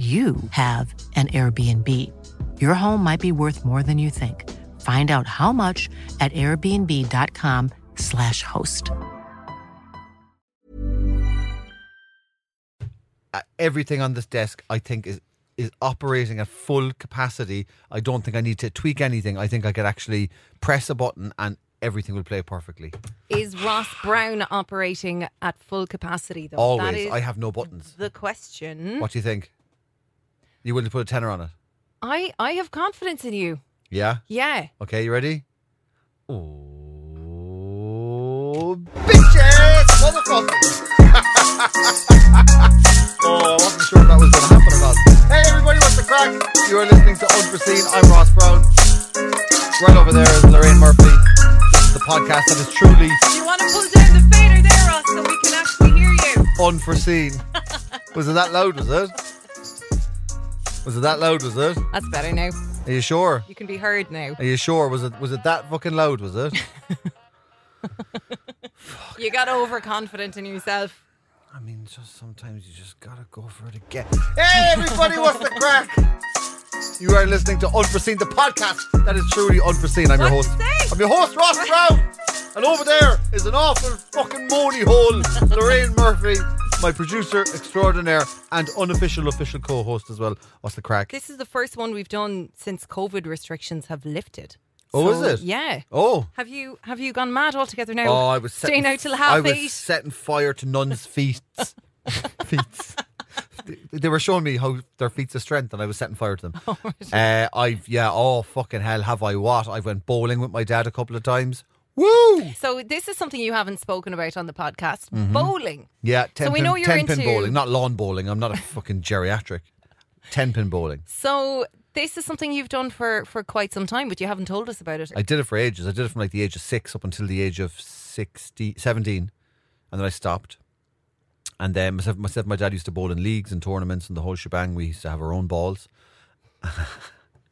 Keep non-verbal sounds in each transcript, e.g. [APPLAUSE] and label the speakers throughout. Speaker 1: you have an Airbnb. Your home might be worth more than you think. Find out how much at airbnb.com/slash host.
Speaker 2: uh, everything on this desk I think is is operating at full capacity. I don't think I need to tweak anything. I think I could actually press a button and everything will play perfectly.
Speaker 3: Is Ross Brown operating at full capacity though? That
Speaker 2: Always.
Speaker 3: is Mm-hmm.
Speaker 2: I have no buttons.
Speaker 3: the question.
Speaker 2: What do you think? You wouldn't put a tenner on it.
Speaker 3: I I have confidence in you.
Speaker 2: Yeah?
Speaker 3: Yeah.
Speaker 2: Okay, you ready? Oh bitches! Motherfuckers! [LAUGHS] oh, I wasn't sure if that was gonna happen or not. Hey everybody, what's the crack? You are listening to Unforeseen. I'm Ross Brown. Right over there is Lorraine Murphy. This is the podcast that is truly
Speaker 3: Do you want to pull down the fader there, Ross, so we can actually hear you?
Speaker 2: [LAUGHS] unforeseen. was it that loud, was it? Was it that loud, was it?
Speaker 3: That's better now.
Speaker 2: Are you sure?
Speaker 3: You can be heard now.
Speaker 2: Are you sure? Was it was it that fucking loud, was it?
Speaker 3: You got overconfident in yourself.
Speaker 2: I mean, just sometimes you just gotta go for it again. Hey, everybody, what's the crack? You are listening to Unforeseen, the podcast that is truly unforeseen. I'm your
Speaker 3: What'd
Speaker 2: host.
Speaker 3: you say?
Speaker 2: I'm your host, Ross Brown. And over there is an awful fucking moany hole, Lorraine Murphy, my producer extraordinaire and unofficial official co-host as well. What's the crack?
Speaker 3: This is the first one we've done since COVID restrictions have lifted.
Speaker 2: Oh,
Speaker 3: So,
Speaker 2: is it?
Speaker 3: Yeah.
Speaker 2: Oh.
Speaker 3: Have you have you gone mad altogether now?
Speaker 2: Oh, I was
Speaker 3: staying
Speaker 2: setting,
Speaker 3: out till half
Speaker 2: I was
Speaker 3: eight.
Speaker 2: setting fire to nuns' [LAUGHS] feet. feet. They, they were showing me how their feats of strength, and I was setting fire to [LAUGHS] them. uh, I've yeah, oh fucking hell, have I what? I went bowling with my dad a couple of times. Woo!
Speaker 3: So this is something you haven't spoken about on the podcast.
Speaker 2: Mm-hmm.
Speaker 3: Bowling.
Speaker 2: Yeah, ten
Speaker 3: we
Speaker 2: pin,
Speaker 3: know you're
Speaker 2: ten pin
Speaker 3: into-
Speaker 2: bowling, not lawn bowling. I'm not a fucking geriatric. Ten pin bowling.
Speaker 3: So this is something you've done for for quite some time, but you haven't told us about it.
Speaker 2: I did it for ages. I did it from like the age of six up until the age of 60, 17. And then I stopped. And then myself, myself and my dad used to bowl in leagues and tournaments and the whole shebang. We used to have our own balls.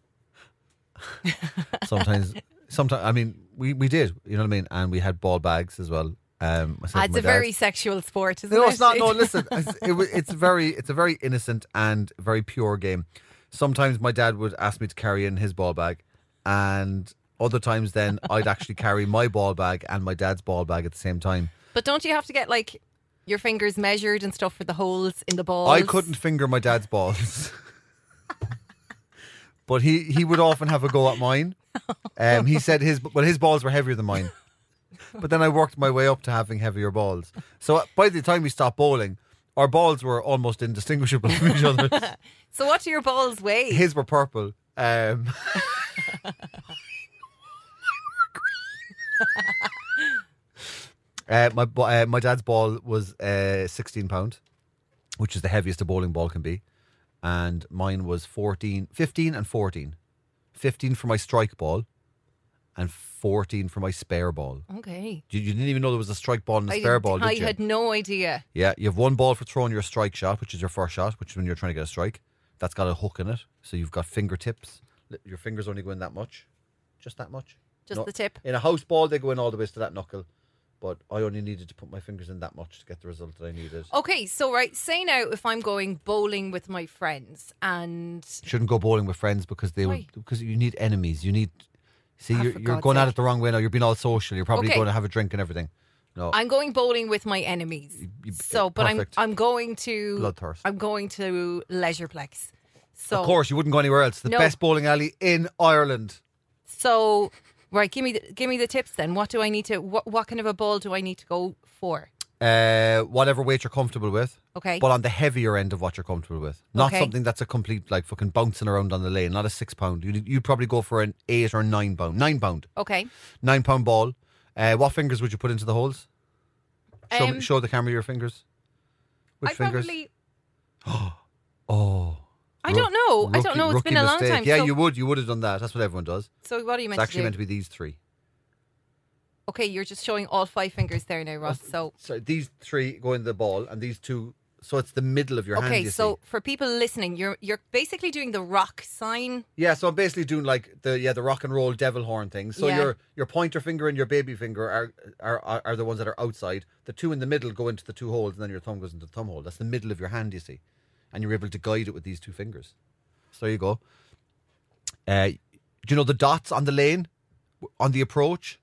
Speaker 2: [LAUGHS] sometimes, sometimes, I mean, we, we did, you know what I mean? And we had ball bags as well. Um, myself and
Speaker 3: it's
Speaker 2: my
Speaker 3: a
Speaker 2: dad.
Speaker 3: very sexual sport, isn't it?
Speaker 2: No, it's not. No, listen, it's, it, wa- it's very, it's a very innocent and very pure game. Sometimes my dad would ask me to carry in his ball bag, and other times then I'd actually carry my ball bag and my dad's ball bag at the same time.
Speaker 3: [LAUGHS] But don't you have to get like your fingers measured and stuff for the holes in the balls?
Speaker 2: I couldn't finger my dad's balls. [LAUGHS] but he, he would often have a go at mine. Um, he said his well his balls were heavier than mine. But then I worked my way up to having heavier balls. So uh, by the time we stopped bowling, our balls were almost indistinguishable from each other.
Speaker 3: So what do your balls weigh?
Speaker 2: His were purple.
Speaker 3: [LAUGHS]
Speaker 2: Um, [LAUGHS] uh, my bo- uh, my dad's ball was uh, sixteen pound, which is the heaviest a bowling ball can be, and mine was 14, 15 and fourteen. Fifteen for my strike ball, and fourteen for my spare ball.
Speaker 3: okay.
Speaker 2: You, you didn't even know there was a strike ball and a
Speaker 3: I
Speaker 2: spare
Speaker 3: didn't-
Speaker 2: ball, did
Speaker 3: I
Speaker 2: you?
Speaker 3: had no idea.
Speaker 2: Yeah, you have one ball for throwing your strike shot, which is your first shot, which is when you're trying to get a strike. That's got a hook in it, so you've got fingertips. Li- Your fingers only go in that much, just that much.
Speaker 3: Just the tip.
Speaker 2: In a house ball, they go in all the way to that knuckle, but I only needed to put my fingers in that much to get the result that I needed.
Speaker 3: Okay, so right, say now if I'm going bowling with my friends and
Speaker 2: Shouldn't go bowling with friends because they will
Speaker 3: Why?
Speaker 2: because you need enemies. You need see
Speaker 3: Ah,
Speaker 2: you're,
Speaker 3: for
Speaker 2: you're
Speaker 3: God's
Speaker 2: going at
Speaker 3: sake.
Speaker 2: it the wrong way now. You're being all social. You're probably
Speaker 3: Okay.
Speaker 2: going to have a drink and everything. No.
Speaker 3: I'm going bowling with my enemies.
Speaker 2: Oh. you-
Speaker 3: so, but I'm
Speaker 2: perfect.
Speaker 3: I'm going to
Speaker 2: Bloodthirst.
Speaker 3: I'm going to Leisureplex. So,
Speaker 2: Of course, you wouldn't go anywhere else. The
Speaker 3: No.
Speaker 2: best bowling alley in Ireland.
Speaker 3: so right, give me the, give me the tips then. What do I need to? What what kind of a ball do I need to go for?
Speaker 2: Uh, whatever weight you're comfortable with,
Speaker 3: Okay.
Speaker 2: but on the heavier end of what you're comfortable with. Not
Speaker 3: Okay.
Speaker 2: something that's a complete like fucking bouncing around on the lane. Not a six pound. You'd, you'd probably go for an eight or nine pound. Nine pound.
Speaker 3: Okay.
Speaker 2: Nine pound ball. Uh, what fingers would you put into the holes? Show, me-
Speaker 3: Um,
Speaker 2: show the camera your fingers. Which
Speaker 3: I
Speaker 2: fingers? [GASPS]
Speaker 3: probably
Speaker 2: Oh.
Speaker 3: I
Speaker 2: Ru-
Speaker 3: don't know. I don't
Speaker 2: rookie-
Speaker 3: know. It's
Speaker 2: rookie
Speaker 3: been a long
Speaker 2: mistake.
Speaker 3: time.
Speaker 2: Yeah,
Speaker 3: so,
Speaker 2: you would. You would have done that. That's what everyone does.
Speaker 3: So what are you meant
Speaker 2: It's
Speaker 3: to
Speaker 2: actually
Speaker 3: do?
Speaker 2: meant to be these three.
Speaker 3: okay, you're just showing all five fingers there now, Ross. So
Speaker 2: So these three go in the ball, and these two. So it's the middle of your hand.
Speaker 3: okay,
Speaker 2: you
Speaker 3: so
Speaker 2: see.
Speaker 3: for people listening, you're you're basically doing the rock sign.
Speaker 2: yeah, so I'm basically doing like the yeah the rock and roll devil horn thing. So
Speaker 3: Yeah.
Speaker 2: your your pointer finger and your baby finger are, are are are the ones that are outside. The two in the middle go into the two holes, and then your thumb goes into the thumb hole. That's the middle of your hand, you see, and you're able to guide it with these two fingers. So there you go. Uh, do you know the dots on the lane, w- on the approach,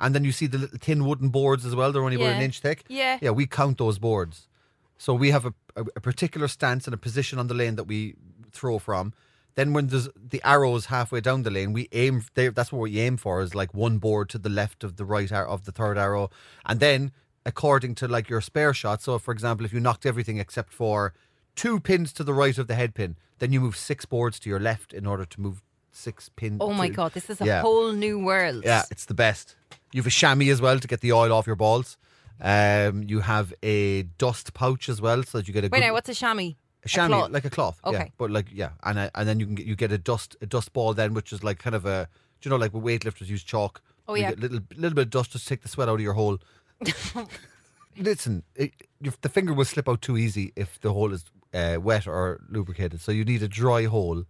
Speaker 2: and then you see the little thin wooden boards as well. They're only about an
Speaker 3: Yeah.
Speaker 2: inch thick.
Speaker 3: Yeah.
Speaker 2: Yeah, we count those boards. So we have a, a, a particular stance and a position on the lane that we throw from. Then when there's the arrows halfway down the lane, we aim. They, that's what we aim for is like one board to the left of the right ar- of the third arrow, and then according to like your spare shot. So for example, if you knocked everything except for two pins to the right of the head pin, then you move six boards to your left in order to move six pins.
Speaker 3: Oh my god, this is a
Speaker 2: Yeah.
Speaker 3: whole new world.
Speaker 2: Yeah, it's the best. You have a chamois as well to get the oil off your balls. Um, you have a dust pouch as well, so that you get a
Speaker 3: Wait
Speaker 2: good,
Speaker 3: now, what's a chamois?
Speaker 2: a chamois
Speaker 3: cloth?
Speaker 2: like a cloth. Yeah,
Speaker 3: Okay.
Speaker 2: but like yeah, and a, and then you can get, you get a dust a dust ball then, which is like kind of a do you know like when weightlifters use chalk.
Speaker 3: Oh,
Speaker 2: you
Speaker 3: yeah.
Speaker 2: get little little bit of dust just take the sweat out of
Speaker 3: [LAUGHS]
Speaker 2: your hole. Listen, it, if the finger will slip out too easy if the hole is uh, wet or lubricated, so you need a dry hole.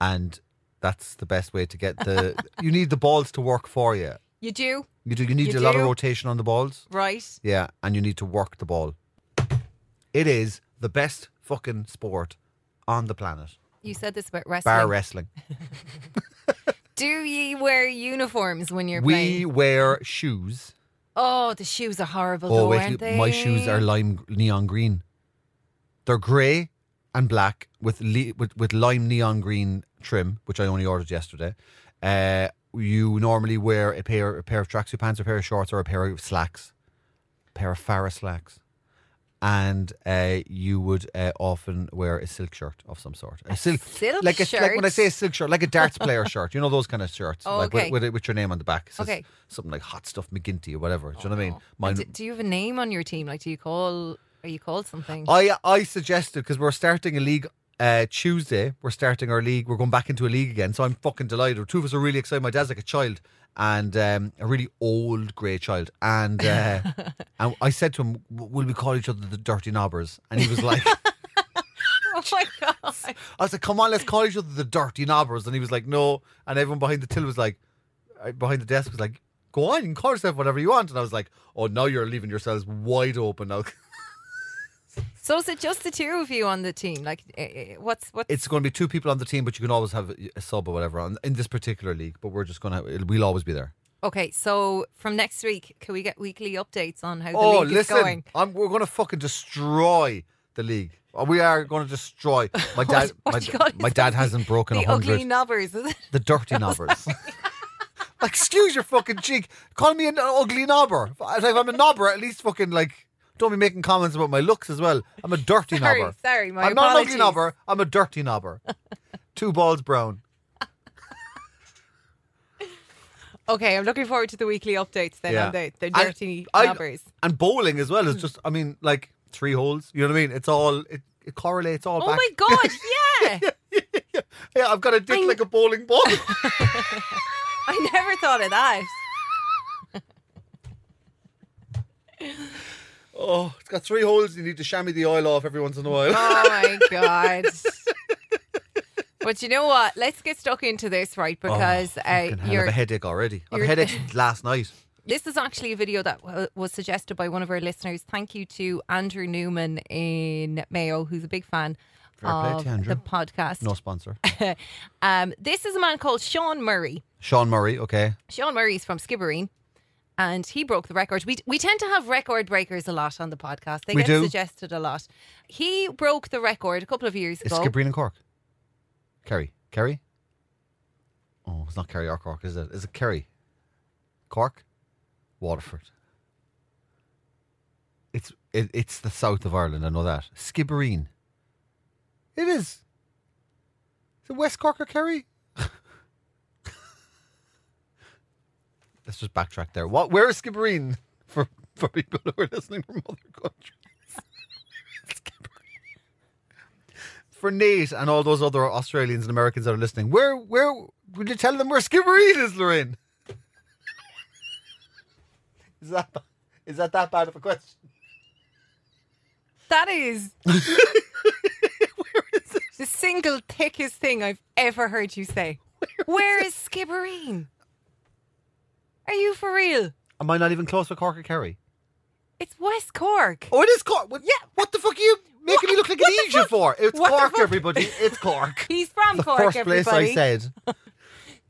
Speaker 2: And that's the best way to get
Speaker 3: [LAUGHS]
Speaker 2: the. you need the balls to work for you.
Speaker 3: You do
Speaker 2: You do. You need
Speaker 3: You
Speaker 2: a lot of
Speaker 3: do?
Speaker 2: rotation on the balls.
Speaker 3: right?
Speaker 2: Yeah, and you need to work the ball. It is the best fucking sport on the planet,
Speaker 3: You said this about wrestling.
Speaker 2: bar wrestling.
Speaker 3: do ye wear uniforms when you're
Speaker 2: We
Speaker 3: playing?
Speaker 2: wear shoes.
Speaker 3: Oh, the shoes are horrible.
Speaker 2: Oh
Speaker 3: though,
Speaker 2: wait,
Speaker 3: aren't they?
Speaker 2: my shoes are lime neon green. They're grey and black with le- with with lime neon green trim, which I only ordered yesterday. Uh, you normally wear a pair a pair of tracksuit pants, a pair of shorts, or a pair of slacks, pair of Farrah slacks, and uh, you would uh, often wear a silk shirt of some sort. A silk,
Speaker 3: silk
Speaker 2: like a, like when I
Speaker 3: shirt?
Speaker 2: say a silk shirt, like a
Speaker 3: [LAUGHS]
Speaker 2: darts player shirt. You know those kind of shirts,
Speaker 3: Oh,
Speaker 2: like with-
Speaker 3: okay.
Speaker 2: with, with your name on the back. It says
Speaker 3: Okay. Oh,
Speaker 2: something like hot stuff McGinty or whatever. Do you know what I mean?
Speaker 3: And do, do you have a name on your team? Like, do you call? Are you called something?
Speaker 2: I I suggested because we're starting a league uh, Tuesday. We're starting our league. We're going back into a league again. So I'm fucking delighted. Two of us are really excited. My dad's like a child and um, a really old grey child. And uh, and I said to him, "W- "Will we call each other the Dirty Knobbers?" And he was like.
Speaker 3: [LAUGHS] oh
Speaker 2: [LAUGHS]
Speaker 3: my god!
Speaker 2: I was like, come on, let's call each other the dirty knobbers. And he was like, no. And everyone behind the till was like, uh, behind the desk was like, go on, you can call yourself whatever you want. And I was like, oh, now you're leaving yourselves wide open now. [LAUGHS]
Speaker 3: So is it just the two of you on the team? Like, eh, eh, what's what?
Speaker 2: it's going to be two people on the team, but you can always have a- a sub or whatever on, in this particular league. But we're just going to, we'll always be there.
Speaker 3: Okay, so from next week, can we get weekly updates on how the
Speaker 2: oh,
Speaker 3: league
Speaker 2: listen,
Speaker 3: is going?
Speaker 2: I'm, we're going to fucking destroy the league. Uh, We are going
Speaker 3: [LAUGHS]
Speaker 2: to destroy. My dad,
Speaker 3: what
Speaker 2: my,
Speaker 3: do you call it?
Speaker 2: my dad hasn't broken a
Speaker 3: [LAUGHS] The ugly
Speaker 2: 100.
Speaker 3: knobbers. is it? [LAUGHS]
Speaker 2: The dirty knobbers. like, excuse your fucking cheek. Call me an ugly knobber. If I'm a knobber, at least fucking like don't be making comments about my looks as well. I'm a dirty
Speaker 3: Sorry,
Speaker 2: knobber.
Speaker 3: sorry, my
Speaker 2: I'm not an ugly
Speaker 3: apologies.
Speaker 2: knobber. I'm a
Speaker 3: [LAUGHS]
Speaker 2: dirty knobber. Two balls brown.
Speaker 3: Okay, I'm looking forward to the weekly updates then on the, the
Speaker 2: And
Speaker 3: dirty
Speaker 2: I-
Speaker 3: knobbers.
Speaker 2: And bowling as well is just. I mean, like three holes. You know what I mean? It's all. It, it correlates all
Speaker 3: Oh
Speaker 2: back. [LAUGHS]
Speaker 3: my god! Yeah,
Speaker 2: Yeah, I've got a dick like a bowling ball. [LAUGHS]
Speaker 3: I never thought of that.
Speaker 2: oh, it's got three holes. You need to chamois the oil off every once in a while. [LAUGHS]
Speaker 3: Oh my god! but you know what? Let's get stuck into this, right? Because uh,
Speaker 2: Oh, Fucking hell, I have
Speaker 3: you're
Speaker 2: a headache already. I've
Speaker 3: you're-
Speaker 2: had headaches since last night.
Speaker 3: This is actually a video that w- was suggested by one of our listeners. Thank you to Andrew Newman in Mayo, who's a big fan
Speaker 2: Fair play
Speaker 3: of
Speaker 2: to Andrew.
Speaker 3: the podcast. [LAUGHS]
Speaker 2: No sponsor.
Speaker 3: Um, this is a man called Sean Murray.
Speaker 2: Sean Murray, okay.
Speaker 3: Sean Murray is from Skibbereen, and he broke the record. We we tend to have record breakers a lot on the podcast. They
Speaker 2: We
Speaker 3: get
Speaker 2: do.
Speaker 3: suggested a lot. He broke the record a couple of years
Speaker 2: It's
Speaker 3: ago.
Speaker 2: Cabrini and Cork. Kerry. Kerry? Oh, it's not Kerry or Cork, is it? Is it Kerry? Cork? Waterford. It's it, it's the south of Ireland, I know that. Skibbereen. It is. Is it West Cork or Kerry? [LAUGHS] Let's just backtrack there. What where is Skibbereen? [LAUGHS] For for people who are listening from other countries. for Nate and all those other Australians and Americans that are listening, where where would you tell them where Skibbereen is, Lorraine? [LAUGHS] is that is that that bad of a question?
Speaker 3: That
Speaker 2: [LAUGHS]
Speaker 3: is the single thickest thing I've ever heard you say. Where is Skibbereen? Are you for real?
Speaker 2: Am I not even close with Cork or Kerry?
Speaker 3: It's West Cork.
Speaker 2: Oh, it is Cork. What, yeah. What the fuck are you making me look like an
Speaker 3: what the
Speaker 2: idiot
Speaker 3: fuck?
Speaker 2: for? It's
Speaker 3: What the
Speaker 2: Cork,
Speaker 3: fuck?
Speaker 2: everybody. It's
Speaker 3: [LAUGHS]
Speaker 2: Cork.
Speaker 3: He's from
Speaker 2: the
Speaker 3: Cork,
Speaker 2: first
Speaker 3: everybody.
Speaker 2: place I said.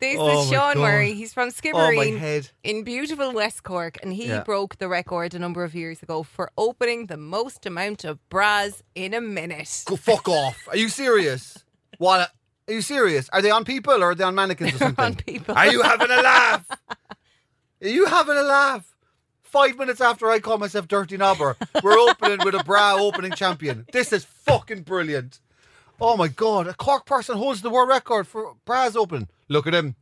Speaker 3: This
Speaker 2: Oh
Speaker 3: is
Speaker 2: my
Speaker 3: Sean
Speaker 2: God.
Speaker 3: Murray. He's from
Speaker 2: Oh, my
Speaker 3: Skibbereen
Speaker 2: head.
Speaker 3: in beautiful West Cork, and he
Speaker 2: Yeah.
Speaker 3: broke the record a number of years ago for opening the most amount of bras in a minute.
Speaker 2: Go fuck off. Are you serious? What? a- are you serious? Are they on people or are they on mannequins or
Speaker 3: [LAUGHS]
Speaker 2: something?
Speaker 3: on people.
Speaker 2: Are you having a
Speaker 3: [LAUGHS]
Speaker 2: laugh? Are you having a laugh? Five minutes after I call myself Dirty Knobber, we're opening with a bra opening champion. This is fucking brilliant. Oh my god, a Cork person holds the world record for bras open. Look at him.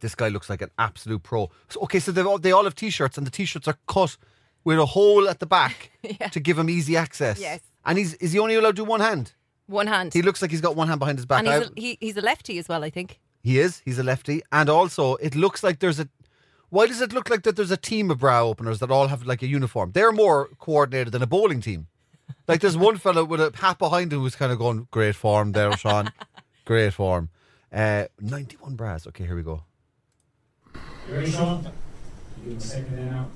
Speaker 2: This guy looks like an absolute pro. So, okay, so they all, they all have t-shirts, and the t-shirts are cut with a hole at
Speaker 3: [LAUGHS]
Speaker 2: the back to give him easy access.
Speaker 3: Yes.
Speaker 2: and he's is he only allowed to do one hand?
Speaker 3: One hand.
Speaker 2: He looks like he's got one hand behind his back.
Speaker 3: and he's
Speaker 2: I've-
Speaker 3: a, he, he's a lefty as well, I think.
Speaker 2: he is. He's a lefty, and also it looks like there's a. Why does it look like that? There's a team of brow openers that all have like a uniform. They're more coordinated than a bowling team. Like there's one fella with a hat behind him who's kind of going great form there, Sean. great form. Uh, 91 bras. Okay, here we go.
Speaker 4: You ready, Sean? You give him a second then out.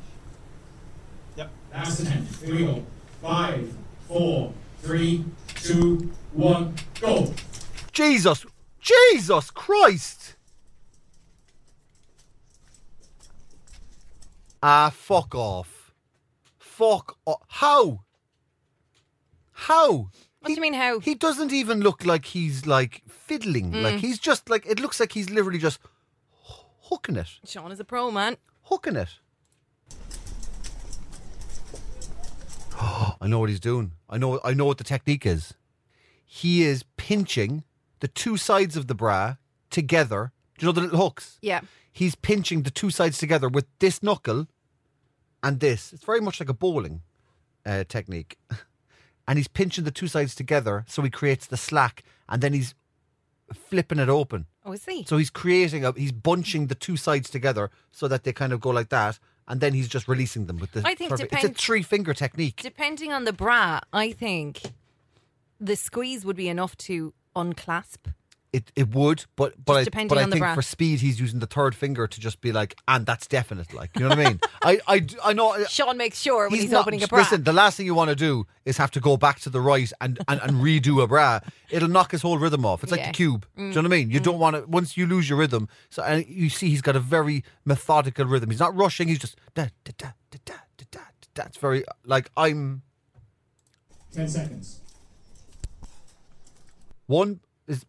Speaker 5: Yep.
Speaker 4: That's the 10. Here we go. Five, four, three, two, one, go.
Speaker 2: Jesus, Jesus Christ! Ah, fuck off! Fuck off! How? How?
Speaker 3: What do you mean, how?
Speaker 2: He doesn't even look like he's like fiddling. Like he's just like it looks like he's literally just h- hooking it,
Speaker 3: Sean is a pro, man.
Speaker 2: hooking it. [GASPS] I know what he's doing. I know. I know what the technique is. He is pinching the two sides of the bra together. Do you know the little hooks?
Speaker 3: Yeah.
Speaker 2: He's pinching the two sides together with this knuckle and this. It's very much like a bowling uh, technique. [LAUGHS] And he's pinching the two sides together so he creates the slack and then he's flipping it open.
Speaker 3: Oh, is he?
Speaker 2: So he's creating a he's bunching the two sides together so that they kind of go like that and then he's just releasing them with the
Speaker 3: I think
Speaker 2: perfect-
Speaker 3: depend-
Speaker 2: it's a three finger technique.
Speaker 3: Depending on the bra, I think the squeeze would be enough to unclasp.
Speaker 2: It it would, but but I,
Speaker 3: depending
Speaker 2: but I
Speaker 3: on the
Speaker 2: think
Speaker 3: bra.
Speaker 2: for speed he's using the third finger to just be like and that's definite like you know what I mean? [LAUGHS] I, I d- I know
Speaker 3: Sean makes sure when he's,
Speaker 2: not-
Speaker 3: opening a bra.
Speaker 2: Listen, the last thing you want to do is have to go back to the right and, and, and redo a bra. It'll knock his whole rhythm off. It's like
Speaker 3: Yeah. Mm.
Speaker 2: the cube. Do you know what I mean? You don't want to, once you lose your rhythm, so and you see he's got a very methodical rhythm. He's not rushing, he's just da da da da da da da. da. It's very, like, I'm
Speaker 4: 10 seconds.
Speaker 2: one is,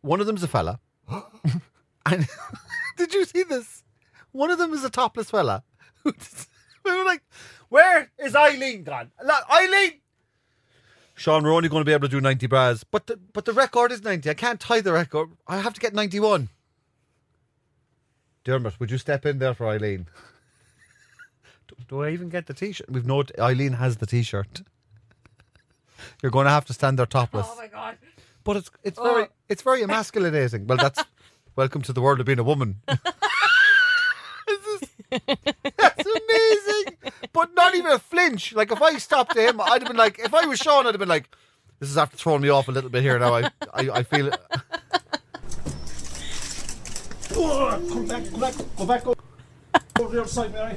Speaker 2: one of them's a [GASPS] fella. and [LAUGHS] did you see this? One of them is a topless fella. [LAUGHS] we were like, where is Eileen gone? La- Eileen! Sean, we're only going to be able to do 90 bras. But the, but the record is 90. I can't tie the record. I have to get 91. Dermot, would you step in there for Eileen? [LAUGHS] do, do I even get the t-shirt? We've no... Eileen has the t-shirt. You're going to have to stand there topless.
Speaker 3: oh my god.
Speaker 2: But it's it's
Speaker 3: Oh.
Speaker 2: very
Speaker 3: [LAUGHS]
Speaker 2: it's very emasculating. Well, that's welcome to the world of being a woman. This is- that's amazing. But not even a flinch. Like if I stopped him, I'd have been like, if I was Sean, I'd have been like, this is after throwing me off a little bit here now. I I, I feel it.
Speaker 4: Oh, come back, come back, go back, go. Go to the other side, Mary.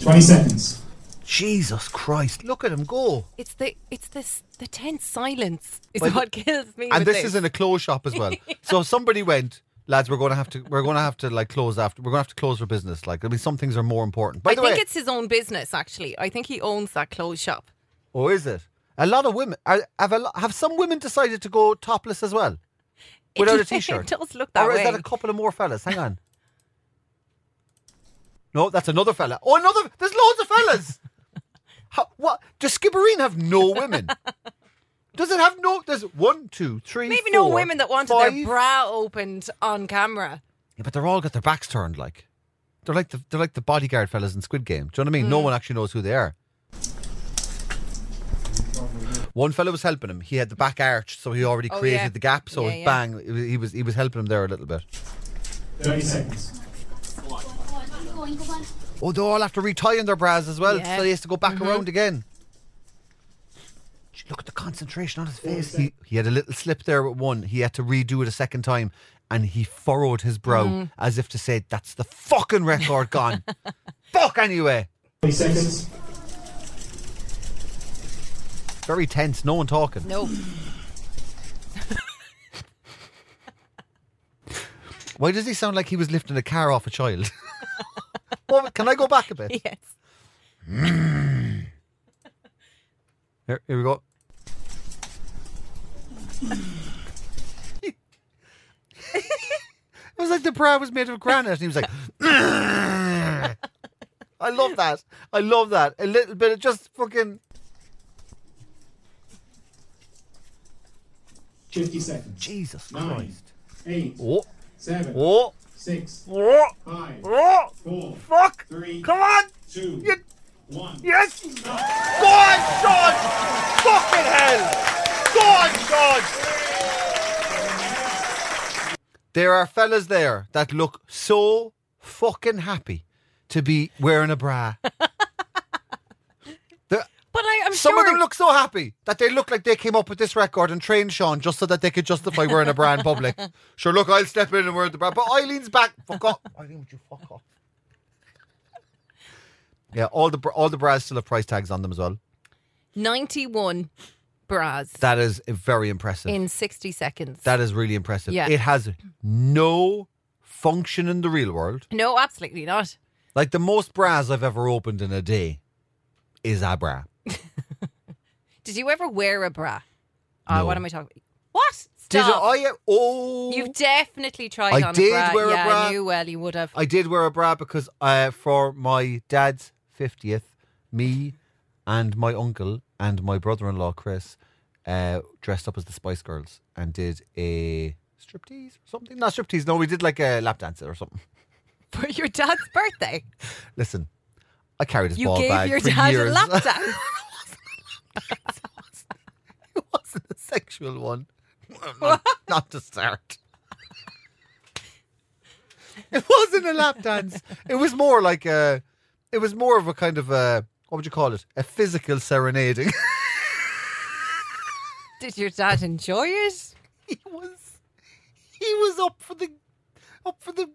Speaker 4: 20 seconds.
Speaker 2: [LAUGHS] Jesus Christ! Look at him go.
Speaker 3: It's the it's this the tense silence is
Speaker 2: But-
Speaker 3: what kills me.
Speaker 2: And
Speaker 3: with [LAUGHS]
Speaker 2: this is in a clothes shop as well. So somebody went. lads, we're going to have to we're going to have to like close after we're going to have to close for business. Like, I mean, some things are more important. By
Speaker 3: I
Speaker 2: the
Speaker 3: think
Speaker 2: way,
Speaker 3: it's his own business, actually. I think he owns that clothes shop.
Speaker 2: or is it? A lot of women are, have a, lo- have some women decided to go topless as well, without a t-shirt.
Speaker 3: [LAUGHS] It does look that
Speaker 2: or
Speaker 3: way.
Speaker 2: is that a couple of more fellas? Hang on. No, that's another fella. Oh, another. There's loads of
Speaker 3: [LAUGHS]
Speaker 2: fellas. How, what? Does Skibbereen have no women? Does it have no? There's one, two, three.
Speaker 3: Maybe no
Speaker 2: four,
Speaker 3: women that wanted
Speaker 2: five.
Speaker 3: their bra opened on camera.
Speaker 2: Yeah, but they're all got their backs turned. Like they're like the they're like the bodyguard fellas in Squid Game. Do you know what I mean?
Speaker 3: Mm.
Speaker 2: No one actually knows who they are. One fellow was helping him. He had the back arched, so he already
Speaker 3: Oh,
Speaker 2: created
Speaker 3: yeah.
Speaker 2: the gap. So
Speaker 3: Yeah,
Speaker 2: it was
Speaker 3: yeah.
Speaker 2: bang. It was- He was he was helping him there a little bit.
Speaker 4: 30 seconds.
Speaker 2: Oh, they all have to retie in their bras as well,
Speaker 3: Yeah.
Speaker 2: so he has to go back around again. Gee, Look at the concentration on his face. He, he had a little slip there with one. He had to redo it a second time, and he furrowed his brow as if to say, "That's the fucking record gone." Fuck anyway.
Speaker 4: 20 seconds.
Speaker 2: Very tense. No one talking.
Speaker 3: No. [LAUGHS]
Speaker 2: Why does he sound like he was lifting a car off a child? [LAUGHS] well, can I go back a bit?
Speaker 3: yes.
Speaker 2: Here, here we [LAUGHS] go. it was like the bra was made of granite, and he was like, [LAUGHS] "I love that. I love that. A little bit of just fucking
Speaker 4: 50 seconds.
Speaker 2: Jesus
Speaker 4: Nine.
Speaker 2: Christ."
Speaker 4: Eight,
Speaker 2: Oh,
Speaker 4: seven,
Speaker 2: oh,
Speaker 4: six,
Speaker 2: oh,
Speaker 4: five,
Speaker 2: oh!
Speaker 4: four,
Speaker 2: Fuck!
Speaker 4: three,
Speaker 2: Come on!
Speaker 4: two,
Speaker 2: You-
Speaker 4: one.
Speaker 2: Yes! Go on, George! Fucking hell! Go on, George! There are fellas there that look so fucking happy to be wearing a bra. There-
Speaker 3: But I, I'm
Speaker 2: some
Speaker 3: sure.
Speaker 2: of them look so happy that they look like they came up with this record and trained Sean just so that they could justify wearing a bra
Speaker 3: [LAUGHS]
Speaker 2: in public. Sure, look, I'll step in and wear the bra. But Eileen's back. Fuck off. [LAUGHS] Eileen, would you fuck off? Yeah, all the bra- all the bras still have price tags on them as well.
Speaker 3: 91 bras
Speaker 2: That is very impressive.
Speaker 3: in 60 seconds.
Speaker 2: that is really impressive.
Speaker 3: Yeah.
Speaker 2: It has no function in the real world.
Speaker 3: no, absolutely not.
Speaker 2: Like the most bras I've ever opened in a day is a bra.
Speaker 3: Did you ever wear a bra? Oh,
Speaker 2: No.
Speaker 3: what am I talking about? What?
Speaker 2: Did
Speaker 3: Stop.
Speaker 2: I? Oh,
Speaker 3: You've definitely tried
Speaker 2: I
Speaker 3: on
Speaker 2: did
Speaker 3: a bra.
Speaker 2: wear a
Speaker 3: yeah,
Speaker 2: bra.
Speaker 3: I knew well you would have. [LAUGHS]
Speaker 2: I did wear a bra because uh, for my dad's 50th, me and my uncle and my brother in law, Chris, uh, dressed up as the Spice Girls and did a striptease or something. Not striptease, no, we did like a lap dance or something.
Speaker 3: For your dad's birthday,
Speaker 2: Listen, I carried his
Speaker 3: you
Speaker 2: ball
Speaker 3: gave
Speaker 2: bag
Speaker 3: your
Speaker 2: for
Speaker 3: dad
Speaker 2: years.
Speaker 3: a lap dance.
Speaker 2: [LAUGHS] it wasn't a sexual one. Not, not to start. It wasn't a lap dance. It was more like a. It was more of a kind of a. What would you call it? A physical serenading. [LAUGHS]
Speaker 3: Did your dad enjoy it?
Speaker 2: he was. He was up for the. Up for the.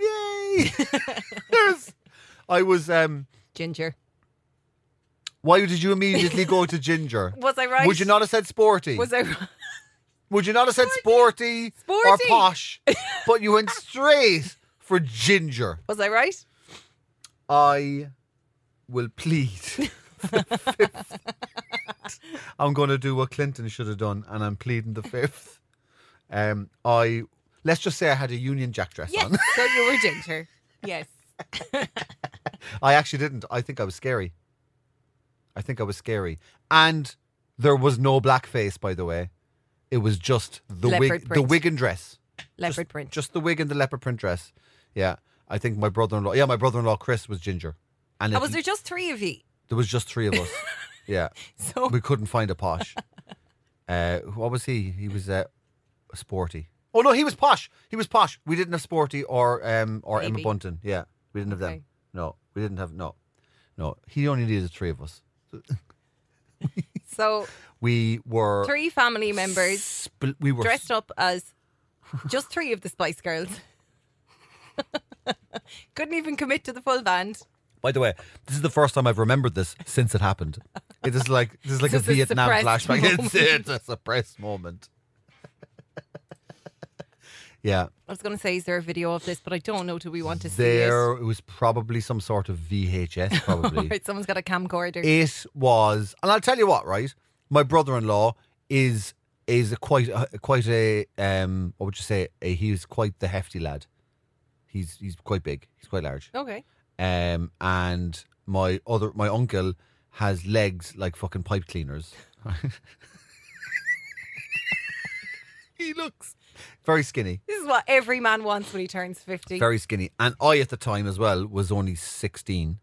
Speaker 2: Yay!
Speaker 3: [LAUGHS]
Speaker 2: There's. I was. um
Speaker 3: Ginger.
Speaker 2: Why did you immediately go to ginger?
Speaker 3: Was I right?
Speaker 2: Would you not have said sporty?
Speaker 3: Was I [LAUGHS] right?
Speaker 2: Would you not have said sporty, or
Speaker 3: Sporty. [LAUGHS]
Speaker 2: posh? but you went straight for ginger.
Speaker 3: Was I right?
Speaker 2: I will
Speaker 3: [LAUGHS]
Speaker 2: plead. for the fifth. I'm going to do what Clinton should have done, and I'm pleading the fifth. Um, I let's just say I had a Union Jack dress
Speaker 3: Yes.
Speaker 2: on.
Speaker 3: so you were ginger. Yes.
Speaker 2: I actually didn't. I think I was scary. I think I was scary, and there was no blackface. By the way, it was just the
Speaker 3: Leopard
Speaker 2: wig, the
Speaker 3: print.
Speaker 2: wig and dress.
Speaker 3: Leopard
Speaker 2: just,
Speaker 3: print.
Speaker 2: Just the wig and the leopard print dress. Yeah. I think my brother in law yeah, my brother in law Chris was ginger. And
Speaker 3: And
Speaker 2: it-
Speaker 3: Oh, was there just three of you?
Speaker 2: there was just three
Speaker 3: [LAUGHS]
Speaker 2: of us. yeah.
Speaker 3: So
Speaker 2: We couldn't find a posh. [LAUGHS] uh what was he? He was uh, sporty. Oh no, he was posh. He was posh. We didn't have sporty or um or Emma
Speaker 3: Maybe.
Speaker 2: Bunton. Yeah. We didn't have
Speaker 3: Okay.
Speaker 2: them. No. We didn't have no. No. He only needed three of us.
Speaker 3: so
Speaker 2: We were
Speaker 3: three family
Speaker 2: [LAUGHS]
Speaker 3: members
Speaker 2: spl- we were
Speaker 3: dressed up as just three of the Spice Girls. [LAUGHS] Couldn't even commit to the full band.
Speaker 2: By the way, this is the first time I've remembered this since it happened. It is like this is
Speaker 3: [LAUGHS]
Speaker 2: like
Speaker 3: This
Speaker 2: a
Speaker 3: is a
Speaker 2: Vietnam [LAUGHS]
Speaker 3: suppressed
Speaker 2: flashback. It's,
Speaker 3: moment.
Speaker 2: it's a suppressed moment. [LAUGHS] Yeah.
Speaker 3: I was going to say, is there a video of this? But I don't know. Do we want to [LAUGHS]
Speaker 2: There it was probably some sort of VHS,
Speaker 3: see it?
Speaker 2: probably.
Speaker 3: Right, someone's got a camcorder.
Speaker 2: It was, and I'll tell you what, right? My brother-in-law is is a quite a, quite a um. What would you say? A, he's quite the hefty lad. He's he's quite big. He's quite large.
Speaker 3: okay.
Speaker 2: Um, and my other my uncle has legs like fucking
Speaker 3: [LAUGHS]
Speaker 2: pipe cleaners. he looks very skinny,
Speaker 3: This is what every man wants when he turns 50.
Speaker 2: very skinny, and I at the time as well was only sixteen,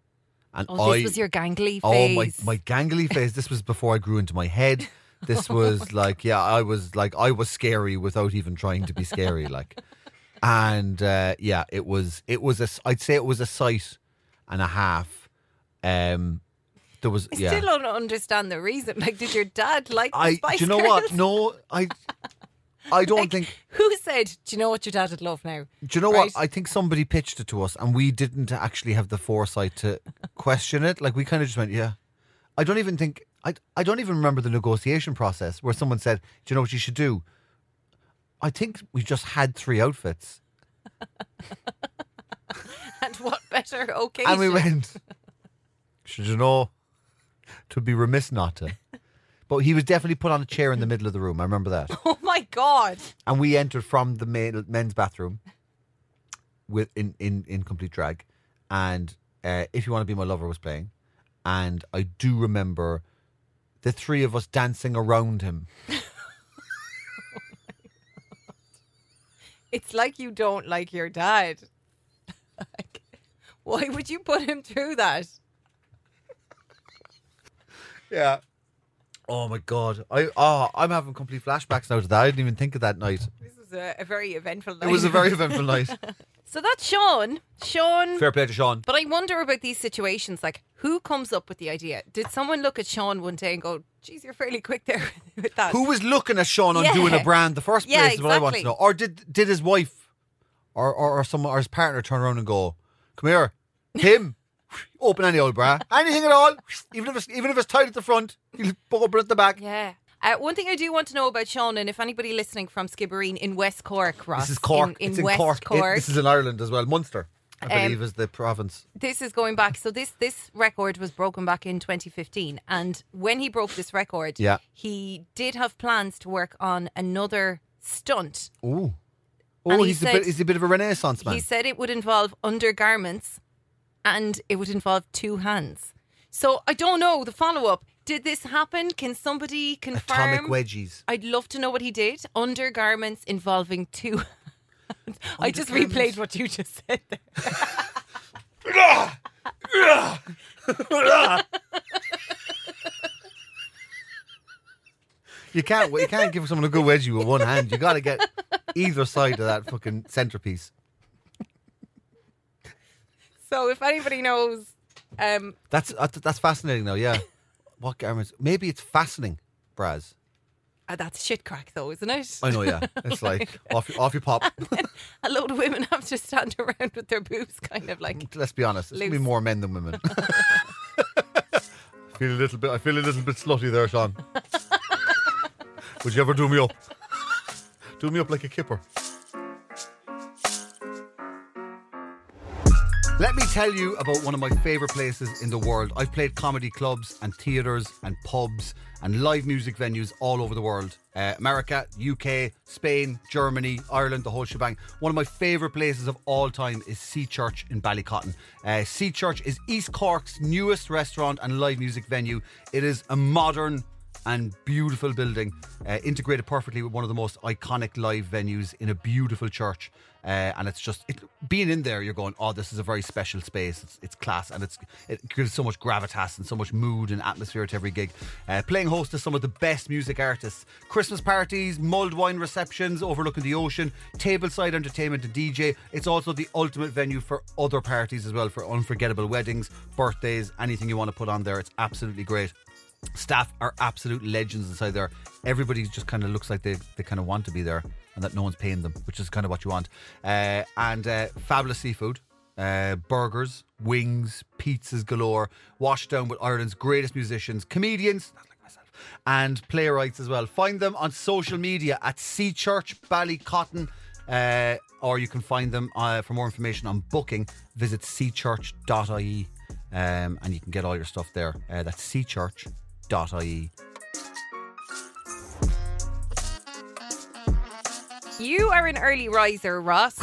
Speaker 2: and
Speaker 3: oh, this
Speaker 2: I
Speaker 3: was your gangly phase.
Speaker 2: Oh my my gangly phase. This was before I grew into my head. This
Speaker 3: [LAUGHS]
Speaker 2: was like yeah, I was like I was scary without even trying to be scary like. And uh yeah, it was it was a s- I'd say it was a sight and a half. Um there was
Speaker 3: I
Speaker 2: yeah.
Speaker 3: still don't understand the reason. Like, did your dad like the
Speaker 2: I do
Speaker 3: Spice
Speaker 2: you know what?
Speaker 3: Girls?
Speaker 2: No, I I
Speaker 3: [LAUGHS]
Speaker 2: don't
Speaker 3: Like,
Speaker 2: think
Speaker 3: Who said, do you know what your dad would love now?
Speaker 2: Do you know
Speaker 3: Right.
Speaker 2: what? I think somebody pitched it to us, and we didn't actually have the foresight to question it. Like we kind of just went, "Yeah." I don't even think I. I don't even remember the negotiation process where someone said, "Do you know what you should do?" I think we just had three outfits,
Speaker 3: And what better occasion?
Speaker 2: and we went. Should you know? To be remiss not to. But he was definitely put on a chair in the middle of the room. I remember that.
Speaker 3: Oh my God.
Speaker 2: and we entered from the male, men's bathroom with in, in, in complete drag and uh, if you want to be my lover was playing and i do remember the three of us dancing around him
Speaker 3: It's like you don't like your dad. Like, why would you put him through that?
Speaker 2: yeah oh my god i oh i'm having complete flashbacks now to that i didn't even think of that night
Speaker 3: This is a, a very eventful
Speaker 2: it
Speaker 3: night.
Speaker 2: was a very eventful night
Speaker 3: So that's Sean. Sean.
Speaker 2: fair play to sean
Speaker 3: But I wonder about these situations. Like, who comes up with the idea? Did someone look at Sean one day and go, geez, you're fairly quick there [LAUGHS] with that?
Speaker 2: who was looking at sean on
Speaker 3: Yeah.
Speaker 2: doing a brand the first
Speaker 3: [LAUGHS]
Speaker 2: place
Speaker 3: Yeah,
Speaker 2: is what i want to
Speaker 3: exactly.
Speaker 2: know or did did his wife or or, or some or his partner turn around and go come here him [LAUGHS] open any old bra anything at all even if it's, even if it's tight at the front [LAUGHS] he'll open at the back
Speaker 3: Yeah. Uh, one thing I do want to know about Sean, and if anybody listening from Skibbereen in West Cork, Ross,
Speaker 2: this is Cork
Speaker 3: in, in
Speaker 2: it's in
Speaker 3: West
Speaker 2: Cork,
Speaker 3: Cork,
Speaker 2: It- this is in Ireland as well Munster I
Speaker 3: Um,
Speaker 2: believe is the province
Speaker 3: this is going back. So this this record was broken back in 2015, and when he broke this record,
Speaker 2: Yeah.
Speaker 3: he did have plans to work on another stunt.
Speaker 2: ooh
Speaker 3: And
Speaker 2: oh
Speaker 3: he
Speaker 2: he's a
Speaker 3: said-
Speaker 2: bit he's a bit of a renaissance man
Speaker 3: He said it would involve undergarments, and it would involve two hands. So I don't know the follow up. Did this happen? Can somebody confirm?
Speaker 2: atomic wedgies
Speaker 3: I'd love to know what he did. Undergarments involving two.
Speaker 2: [LAUGHS]
Speaker 3: hands. I just replayed
Speaker 2: Undergarments.
Speaker 3: what you just said. There.
Speaker 2: you can't you can't give someone a good wedgie with one hand you gotta get either side of that fucking centerpiece
Speaker 3: So if anybody knows, um,
Speaker 2: That's uh, th- that's fascinating though. Yeah, what garments? Maybe it's fastening, Braz.
Speaker 3: ah, that's shit crack though, isn't it?
Speaker 2: I know. Yeah, it's like off your- off your pop.
Speaker 3: [LAUGHS] A load of women have to stand [LAUGHS] around with their boobs, kind of like.
Speaker 2: Let's be honest. It's gonna be
Speaker 3: Loose.
Speaker 2: more men than women. feel a little bit. I feel a little bit slutty there, Sean. Would you ever do me up? Do me up like a kipper. Let me tell you about one of my favourite places in the world. I've played comedy clubs and theatres and pubs and live music venues all over the world Uh, America, UK, Spain, Germany, Ireland, the whole shebang. One of my favourite places of all time is Sea Church in Ballycotton. Uh, sea Church is East Cork's newest restaurant and live music venue. It is a modern, and beautiful building, uh, integrated perfectly with one of the most iconic live venues in a beautiful church. Uh, and it's just it, being in there, you're going, oh, this is a very special space. It's, it's class, and it's it gives so much gravitas and so much mood and atmosphere to every gig. Uh, playing host to some of the best music artists, Christmas parties, mulled wine receptions overlooking the ocean, tableside entertainment and DJ. It's also the ultimate venue for other parties as well, for unforgettable weddings, birthdays, anything you want to put on there. It's absolutely great staff are absolute legends inside there. Everybody just kind of looks like they, they kind of want to be there and that no one's paying them, which is kind of what you want. Uh, and uh, fabulous seafood, uh, burgers, wings, pizzas galore, washed down with Ireland's greatest musicians, comedians, not like myself, and playwrights as well. Find them on social media at Sea Church Ballycotton Uh, or you can find them uh, for more information on booking. Visit cchurch.ie um, and you can get all your stuff there. Uh, that's cchurch.ie.
Speaker 3: You are an early riser,
Speaker 2: [LAUGHS]
Speaker 3: Ross.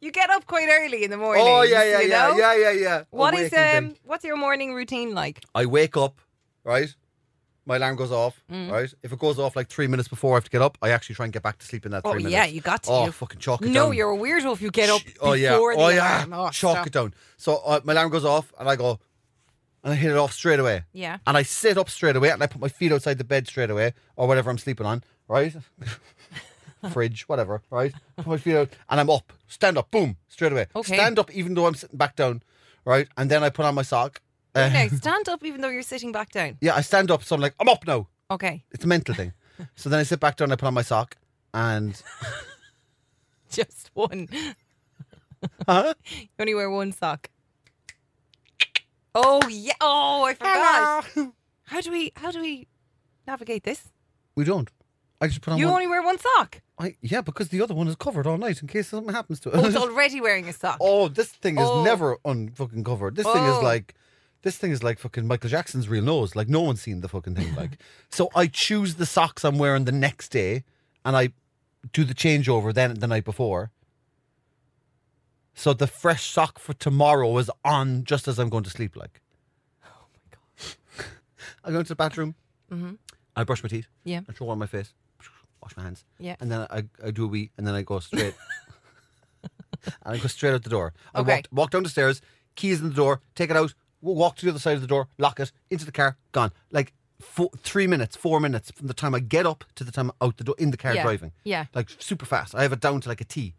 Speaker 3: you get up quite early in the morning. you know?
Speaker 2: Oh, yeah, yeah.
Speaker 3: What is
Speaker 2: Awakening
Speaker 3: um?
Speaker 2: thing.
Speaker 3: What's your morning routine like?
Speaker 2: I wake up, right? My alarm goes off,
Speaker 3: Mm.
Speaker 2: right? If it goes off like three minutes before I have to get up, I actually try and get back to sleep in that
Speaker 3: Oh,
Speaker 2: three minutes.
Speaker 3: yeah, you got to.
Speaker 2: Oh,
Speaker 3: You-
Speaker 2: fucking chalk it
Speaker 3: No,
Speaker 2: down.
Speaker 3: you're a weirdo if you get up
Speaker 2: oh
Speaker 3: before
Speaker 2: yeah,
Speaker 3: the
Speaker 2: oh yeah,
Speaker 3: alarm. Oh,
Speaker 2: chalk
Speaker 3: stop.
Speaker 2: it down. So uh, my alarm goes off, and I go, and I hit it off straight away.
Speaker 3: Yeah.
Speaker 2: And I sit up straight away, and I put my feet outside the bed straight away, or whatever I'm sleeping on,
Speaker 3: [LAUGHS]
Speaker 2: right? Fridge, whatever, right? Put my feet out, and I'm up. Stand up, boom, straight away.
Speaker 3: Okay.
Speaker 2: Stand up, even though I'm sitting back down, right? And then I put on my sock. Uh, [LAUGHS]
Speaker 3: Now stand up, even though you're sitting back down.
Speaker 2: yeah, I stand up, so I'm like, I'm up now.
Speaker 3: Okay, [LAUGHS]
Speaker 2: It's a mental thing. so then I sit back down, I put on my sock, and [LAUGHS]
Speaker 3: just one. you
Speaker 2: Huh?
Speaker 3: only wear one sock. Oh yeah. Oh, I forgot. How do we? How do we navigate this?
Speaker 2: we don't. I just put on
Speaker 3: You
Speaker 2: one.
Speaker 3: only wear one sock.
Speaker 2: I, yeah, because the other one is covered all night in case something happens to it. [LAUGHS]
Speaker 3: Oh, it's already wearing a sock.
Speaker 2: oh, this thing is
Speaker 3: Oh.
Speaker 2: never unfucking covered. This thing
Speaker 3: Oh.
Speaker 2: is like, this thing is like fucking Michael Jackson's real nose. Like no one's seen the fucking thing.
Speaker 3: [LAUGHS]
Speaker 2: Like, so I choose the socks I'm wearing the next day, and I do the changeover then the night before. So the fresh sock for tomorrow is on just as I'm going to sleep. Like, oh my god! [LAUGHS] I go into the bathroom.
Speaker 3: Mm-hmm.
Speaker 2: I brush my teeth.
Speaker 3: Yeah.
Speaker 2: I throw on my face. Wash my hands.
Speaker 3: Yeah.
Speaker 2: And then I, I do a wee, and then I go straight.
Speaker 3: [LAUGHS]
Speaker 2: and I go straight out the door. I
Speaker 3: Okay.
Speaker 2: walked, walk down the stairs, keys in the door, take it out, w- walk to the other side of the door, lock it, into the car, gone. Like four, three minutes, four minutes from the time I get up to the time I'm out the door in the car
Speaker 3: Yeah.
Speaker 2: driving.
Speaker 3: Yeah.
Speaker 2: Like super fast. I have it down to like a T.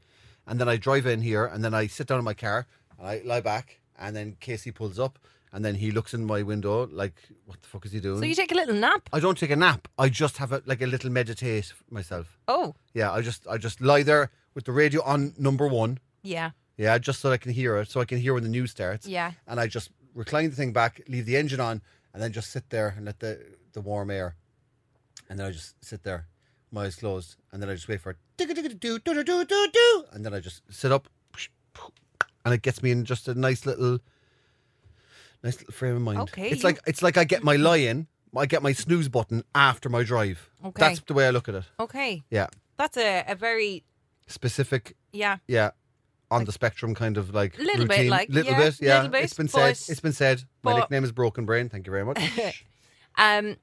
Speaker 2: And then I drive in here, and then I sit down in my car, and I lie back, and then Casey pulls up, and then he looks in my window like, what the fuck is he doing?
Speaker 3: So you take a little nap.
Speaker 2: I don't take a nap. I just have a, like a little meditate myself.
Speaker 3: Oh,
Speaker 2: Yeah, I just I just lie there with the radio on number one.
Speaker 3: yeah.
Speaker 2: Yeah, just so I can hear it, so I can hear when the news starts.
Speaker 3: Yeah.
Speaker 2: and I just recline the thing back, leave the engine on, and then just sit there and let the the warm air, and then I just sit there, my eyes closed, and then I just wait for it. do do do do do, and then I just sit up, and it gets me in just a nice little, nice little frame of mind.
Speaker 3: Okay,
Speaker 2: it's
Speaker 3: you-
Speaker 2: like it's like I get my lie in, I get my snooze button after my drive.
Speaker 3: Okay.
Speaker 2: that's the way I look at it.
Speaker 3: Okay.
Speaker 2: Yeah,
Speaker 3: That's a, a very
Speaker 2: specific
Speaker 3: yeah.
Speaker 2: yeah, on the spectrum, kind of like
Speaker 3: Little bit
Speaker 2: routine.
Speaker 3: like,
Speaker 2: little
Speaker 3: yeah,
Speaker 2: bit, yeah.
Speaker 3: little bit,
Speaker 2: it's been said.
Speaker 3: but-
Speaker 2: It's been said. My
Speaker 3: but-
Speaker 2: nickname is Broken Brain. Thank you
Speaker 3: [LAUGHS]
Speaker 2: very much.
Speaker 3: Um,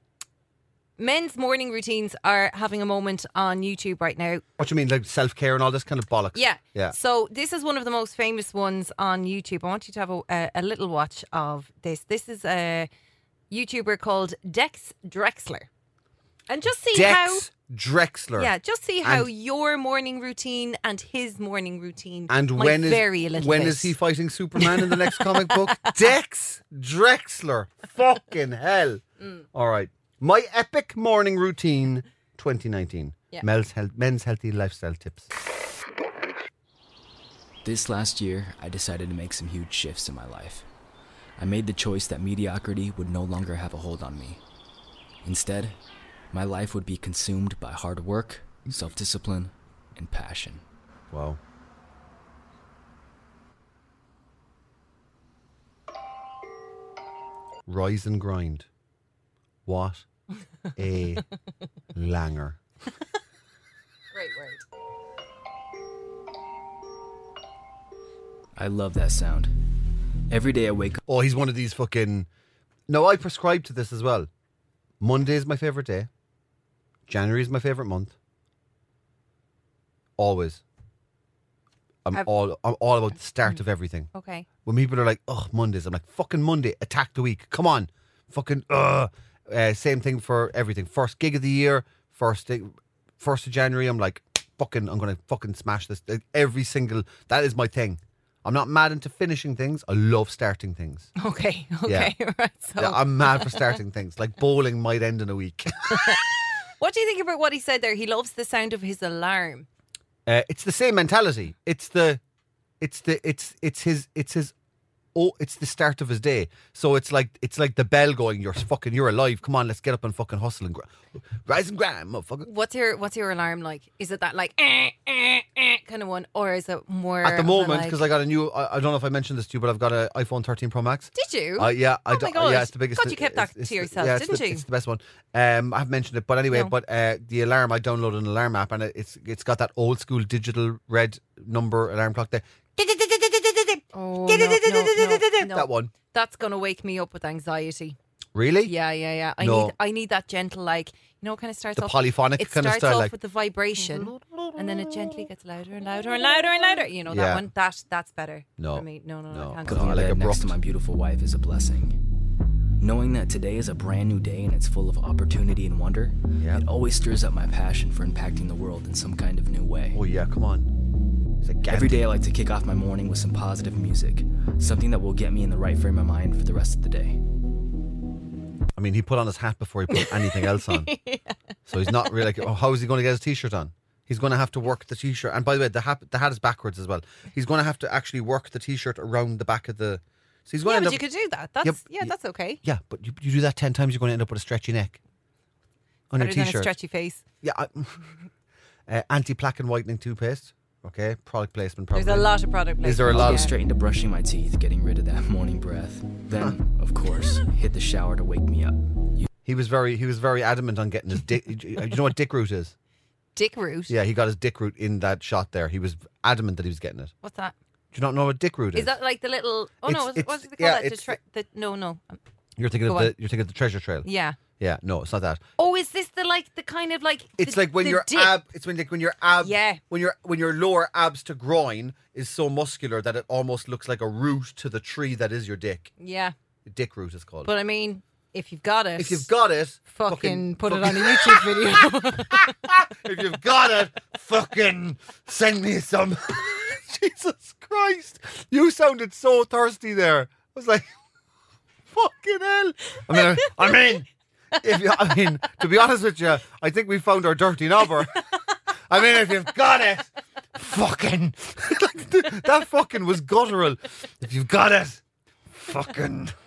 Speaker 3: men's morning routines are having a moment on YouTube right now.
Speaker 2: what you mean, like self care and all this kind of bollocks?
Speaker 3: Yeah.
Speaker 2: yeah.
Speaker 3: So this is one of the most famous ones on YouTube. I want you to have a, a, a little watch of this. This is a YouTuber called Dex Drexler, and just see
Speaker 2: Dex Drexler.
Speaker 3: how. Yeah, just see how
Speaker 2: And-
Speaker 3: your morning routine and his morning routine
Speaker 2: And
Speaker 3: might
Speaker 2: when is
Speaker 3: vary a little
Speaker 2: when
Speaker 3: bit.
Speaker 2: is he fighting Superman in the next comic
Speaker 3: [LAUGHS]
Speaker 2: book? Dex Drexler. Fucking hell.
Speaker 3: Mm.
Speaker 2: All right. My epic morning routine 2019.
Speaker 3: Yeah.
Speaker 2: Men's, health, men's healthy lifestyle tips.
Speaker 6: This last year, I decided to make some huge shifts in my life. I made the choice that mediocrity would no longer have a hold on me. Instead, my life would be consumed by hard work, self discipline, and passion.
Speaker 2: Wow. Rise and grind. What a langer.
Speaker 3: Great word.
Speaker 6: I love that sound. Every day I wake
Speaker 2: Oh, he's one of these fucking. No, I prescribe to this as well. Monday is my favorite day. January is my favorite month. Always. I'm
Speaker 3: I've-
Speaker 2: all I'm all about the start of everything.
Speaker 3: Okay.
Speaker 2: when people are like, "Oh, Mondays," I'm like, "Fucking Monday, attack the week. Come on, fucking." Uh. Uh, same thing for everything. First gig of the year, first day, first of January. I'm like, fucking, I'm gonna fucking smash this. Like, every single that is my thing. I'm not mad into finishing things. I love starting things.
Speaker 3: [LAUGHS] Okay. Okay. [LAUGHS] Right. So,
Speaker 2: Yeah, I'm mad for starting things. Like bowling might end in a week.
Speaker 3: what do you think about what he said there? He loves the sound of his alarm.
Speaker 2: Uh, it's the same mentality. It's the, it's the, it's it's his it's his oh, it's the start of his day. So it's like it's like the bell going, you're fucking, you're alive. Come on, let's get up and fucking hustle and gr- rise and grind, motherfucker.
Speaker 3: What's your What's your alarm like? Is it that like eh, eh, eh, kind of one, or is it more
Speaker 2: At the
Speaker 3: of a
Speaker 2: moment,
Speaker 3: like-
Speaker 2: because I got a new, I, I don't know if I mentioned this to you, but I've got an iPhone 13 Pro Max.
Speaker 3: did you?
Speaker 2: Uh, yeah, I
Speaker 3: Oh my
Speaker 2: d-
Speaker 3: God.
Speaker 2: yeah, it's the biggest.
Speaker 3: God, you kept that
Speaker 2: it's- it's
Speaker 3: to
Speaker 2: the-
Speaker 3: yourself,
Speaker 2: yeah, it's
Speaker 3: didn't
Speaker 2: the-
Speaker 3: you?
Speaker 2: It's the best one. Um, I've mentioned it, but anyway,
Speaker 3: No.
Speaker 2: but uh, the alarm I downloaded an alarm app, and it- it's it's got that old school digital red number alarm clock there.
Speaker 3: Oh, no, no, no, no.
Speaker 2: That one,
Speaker 3: That's gonna wake me up with anxiety.
Speaker 2: really?
Speaker 3: Yeah, yeah, yeah. I
Speaker 2: No.
Speaker 3: need I need that gentle like you know, kind of starts
Speaker 2: The
Speaker 3: off
Speaker 2: polyphonic
Speaker 3: It
Speaker 2: kind of
Speaker 3: starts
Speaker 2: style,
Speaker 3: off
Speaker 2: like-
Speaker 3: with the vibration, and then it gently gets louder and louder and louder and louder. You know that
Speaker 2: Yeah.
Speaker 3: one. That that's better.
Speaker 2: No.
Speaker 3: for me. no, no, no.
Speaker 2: No.
Speaker 3: I can't
Speaker 2: God,
Speaker 3: do
Speaker 6: Going
Speaker 2: I
Speaker 6: to
Speaker 3: that.
Speaker 2: like
Speaker 6: bed next to
Speaker 2: abrupt.
Speaker 6: my beautiful wife is a blessing. Knowing that today is a brand new day and it's full of opportunity and wonder,
Speaker 2: Yeah.
Speaker 6: it always stirs up my passion for impacting the world in some kind of new way.
Speaker 2: Oh yeah, come on. It's like
Speaker 6: Every day I like to kick off my morning with some positive music, something that will get me in the right frame of mind for the rest of the day.
Speaker 2: I mean, he put on his hat before he put anything else
Speaker 3: [LAUGHS]
Speaker 2: on. So he's not really like, oh, how is he going to get his t-shirt on? He's going to have to work the t-shirt. And by the way, the hat, the hat is backwards as well. He's going to have to actually work the t-shirt around the back of the. So he's going
Speaker 3: Yeah,
Speaker 2: to
Speaker 3: but you
Speaker 2: end up,
Speaker 3: could do that. That's
Speaker 2: Yep.
Speaker 3: yeah, that's okay.
Speaker 2: yeah, but you, you do that ten times, you're going to end up with a stretchy neck on
Speaker 3: Better
Speaker 2: your
Speaker 3: than a
Speaker 2: t-shirt.
Speaker 3: stretchy face.
Speaker 2: yeah, I, [LAUGHS] uh, anti-plaque and whitening toothpaste. Okay, product placement. Probably.
Speaker 3: There's a lot of product.
Speaker 2: Is there a
Speaker 3: placement.
Speaker 2: lot
Speaker 6: I'll
Speaker 2: of
Speaker 6: get straight into brushing my teeth, getting rid of that [LAUGHS] morning breath. Then, of course, hit the shower to wake me up.
Speaker 2: He was very, he was very adamant on getting his dick. [LAUGHS] you know what dick root is?
Speaker 3: Dick root.
Speaker 2: Yeah, he got his dick root in that shot there. He was adamant that he was getting it.
Speaker 3: What's that?
Speaker 2: Do you not know what dick root is?
Speaker 3: Is that like the little? Oh
Speaker 2: It's-
Speaker 3: no, what's,
Speaker 2: it's-
Speaker 3: what's it
Speaker 2: yeah,
Speaker 3: called? that? The
Speaker 2: it's-
Speaker 3: tre- the, no, no. Um,
Speaker 2: You're thinking
Speaker 3: Go
Speaker 2: of
Speaker 3: on.
Speaker 2: the you're thinking of the treasure trail. Yeah,
Speaker 3: Yeah.
Speaker 2: no, it's not that.
Speaker 3: Oh, is this the like the kind of like?
Speaker 2: It's
Speaker 3: the-
Speaker 2: like when
Speaker 3: the
Speaker 2: your
Speaker 3: dip?
Speaker 2: ab, it's when like when your ab,
Speaker 3: Yeah.
Speaker 2: when your when your lower abs to groin is so muscular that it almost looks like a root to the tree that is your dick.
Speaker 3: Yeah,
Speaker 2: Dick root is called.
Speaker 3: but I mean, if you've got it,
Speaker 2: if you've got it,
Speaker 3: fucking, put it on a YouTube video.
Speaker 2: [LAUGHS] if you've got it, fucking send me some. [LAUGHS] Jesus Christ, you sounded so thirsty there. I was like, [LAUGHS] fucking hell. I mean, I, I mean, if you, I mean, to be honest with you, I think we found our dirty knobber. I mean, if you've got it, fucking. [LAUGHS] that fucking was guttural. If you've got it, fucking.
Speaker 3: [LAUGHS]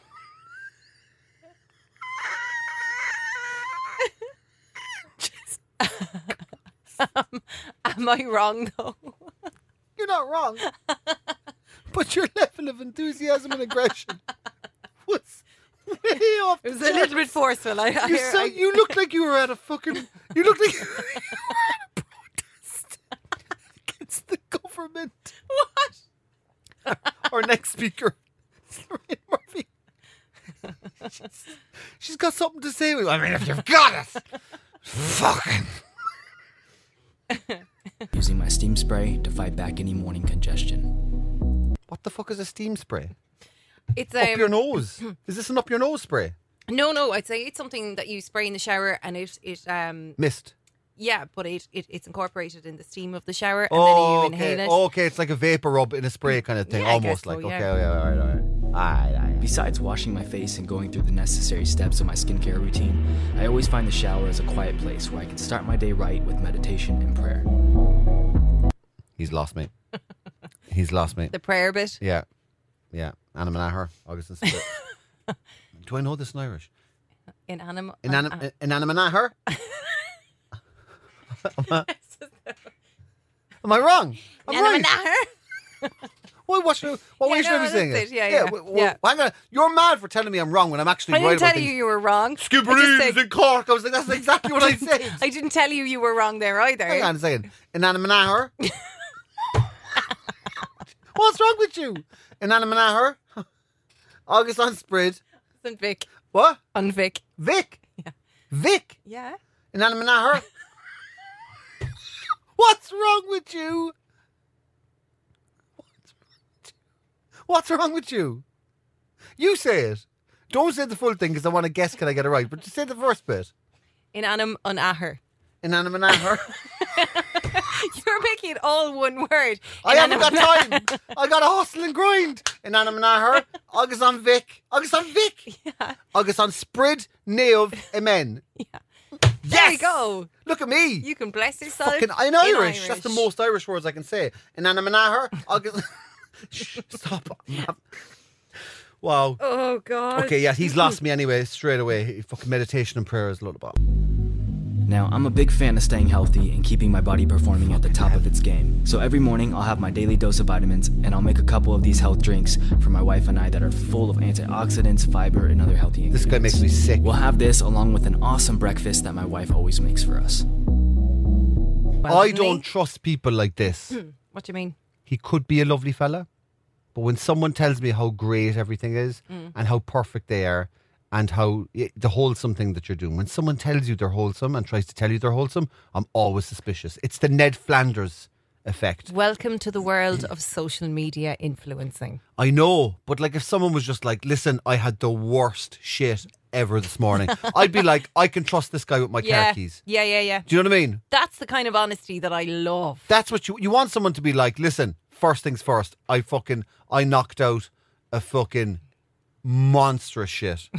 Speaker 3: Am I wrong though? [LAUGHS]
Speaker 2: You're not wrong. but your level of enthusiasm and aggression was way off.
Speaker 3: It was
Speaker 2: the
Speaker 3: a
Speaker 2: chart.
Speaker 3: little bit forceful. I, I,
Speaker 2: You, so,
Speaker 3: I,
Speaker 2: you looked like you were at a fucking. You looked like [LAUGHS] you were at a protest against the government.
Speaker 3: what?
Speaker 2: [LAUGHS] Our next speaker, Lorraine
Speaker 3: [LAUGHS]
Speaker 2: Murphy. She's- she's got something to say. I mean, if you've got it, fucking.
Speaker 6: Using my steam spray to fight back any morning congestion.
Speaker 2: What the fuck is a steam spray?
Speaker 3: It's
Speaker 2: Up
Speaker 3: um,
Speaker 2: your nose. Is this an up your nose spray?
Speaker 3: no, no. I'd say it's something that you spray in the shower, and it, it, um,
Speaker 2: Mist.
Speaker 3: yeah, but it, it, it's incorporated in the steam of the shower, and
Speaker 2: Oh,
Speaker 3: then you
Speaker 2: okay.
Speaker 3: inhale it.
Speaker 2: Okay, it's like a vapor rub in a spray kind of thing,
Speaker 3: Yeah, I guess
Speaker 2: almost
Speaker 3: so,
Speaker 2: like.
Speaker 3: yeah.
Speaker 2: Okay, yeah, all right, all right. All right, all right.
Speaker 6: Besides washing my face and going through the necessary steps of my skincare routine, I always find the shower as a quiet place where I can start my day right with meditation and prayer.
Speaker 2: He's lost
Speaker 3: [LAUGHS]
Speaker 2: me. He's lost me.
Speaker 3: The [LAUGHS] prayer bit.
Speaker 2: Yeah. Yeah. Anna Manahar,
Speaker 3: [LAUGHS]
Speaker 2: Augustin Split. Do I know this in Irish?
Speaker 3: Inanim-
Speaker 2: In Anna, in Anna Manahar?
Speaker 3: [LAUGHS]
Speaker 2: Am I wrong? I'm right. Why, what should, what
Speaker 3: Yeah,
Speaker 2: way should I
Speaker 3: no,
Speaker 2: be saying
Speaker 3: that's
Speaker 2: it?
Speaker 3: it. Yeah, yeah,
Speaker 2: w- w-
Speaker 3: yeah.
Speaker 2: hang on. You're mad for telling me I'm wrong when I'm actually
Speaker 3: I
Speaker 2: right
Speaker 3: didn't
Speaker 2: about
Speaker 3: tell
Speaker 2: things.
Speaker 3: you you were wrong.
Speaker 2: Skip
Speaker 3: I just said-
Speaker 2: Reeves in Cork. I was like, that's exactly what
Speaker 3: [LAUGHS]
Speaker 2: I said.
Speaker 3: I didn't tell you you were wrong there either.
Speaker 2: Hang on a second. Inanimanaher? What's wrong with you? Inanimanaher? [LAUGHS] August on Sprid.
Speaker 3: On Vic.
Speaker 2: What?
Speaker 3: On Vic.
Speaker 2: Vic? Vic?
Speaker 3: Yeah.
Speaker 2: Inanimanaher? What's wrong with you? What's wrong with you? You say it. Don't say the full thing because I want to guess can I get it right, but just say the first bit.
Speaker 3: In Anam on Aher.
Speaker 2: Inanimanaher.
Speaker 3: [LAUGHS] You're making it all one word.
Speaker 2: I
Speaker 3: In
Speaker 2: haven't
Speaker 3: Anam-
Speaker 2: got time. I got to hustle and grind. In Anamanaher, August on Vic, August on Vic,
Speaker 3: Yeah.
Speaker 2: August on Sprid, Neov,
Speaker 3: [LAUGHS]
Speaker 2: Amen.
Speaker 3: Yeah.
Speaker 2: Yes!
Speaker 3: There you go.
Speaker 2: Look at me.
Speaker 3: You can bless yourself.
Speaker 2: Fucking, in, Irish. That's the most [LAUGHS] Irish words I can say. In Anamanaher, August. Shh, stop. Wow.
Speaker 3: Oh God.
Speaker 2: Okay, yeah, he's lost me anyway, straight away. Fucking meditation and prayer is lullaby.
Speaker 6: Now, I'm a big fan of staying healthy and keeping my body performing at the top of its game. So every morning, I'll have my daily dose of vitamins, and I'll make a couple of these health drinks for my wife and I that are full of antioxidants, fiber, and other healthy ingredients.
Speaker 2: This guy makes me sick.
Speaker 6: We'll have this along with an awesome breakfast that my wife always makes for us.
Speaker 3: Well,
Speaker 2: I
Speaker 3: isn't
Speaker 2: don't
Speaker 3: he?
Speaker 2: trust people like this.
Speaker 3: What do you mean?
Speaker 2: he could be a lovely fella, but when someone tells me how great everything is and how perfect they are and how i- the wholesome thing that you're doing, when someone tells you they're wholesome and tries to tell you they're wholesome, I'm always suspicious. It's the Ned Flanders effect.
Speaker 3: Welcome to the world of social media influencing.
Speaker 2: I know, but like if someone was just like, listen, I had the worst shit ever this morning, I'd be like, I can trust this guy with my
Speaker 3: yeah.
Speaker 2: car keys.
Speaker 3: Yeah, yeah, yeah.
Speaker 2: Do you know what I mean?
Speaker 3: That's the kind of honesty that I love.
Speaker 2: That's what you you want someone to be like. Listen, first things first. I fucking I knocked out a fucking monstrous shit,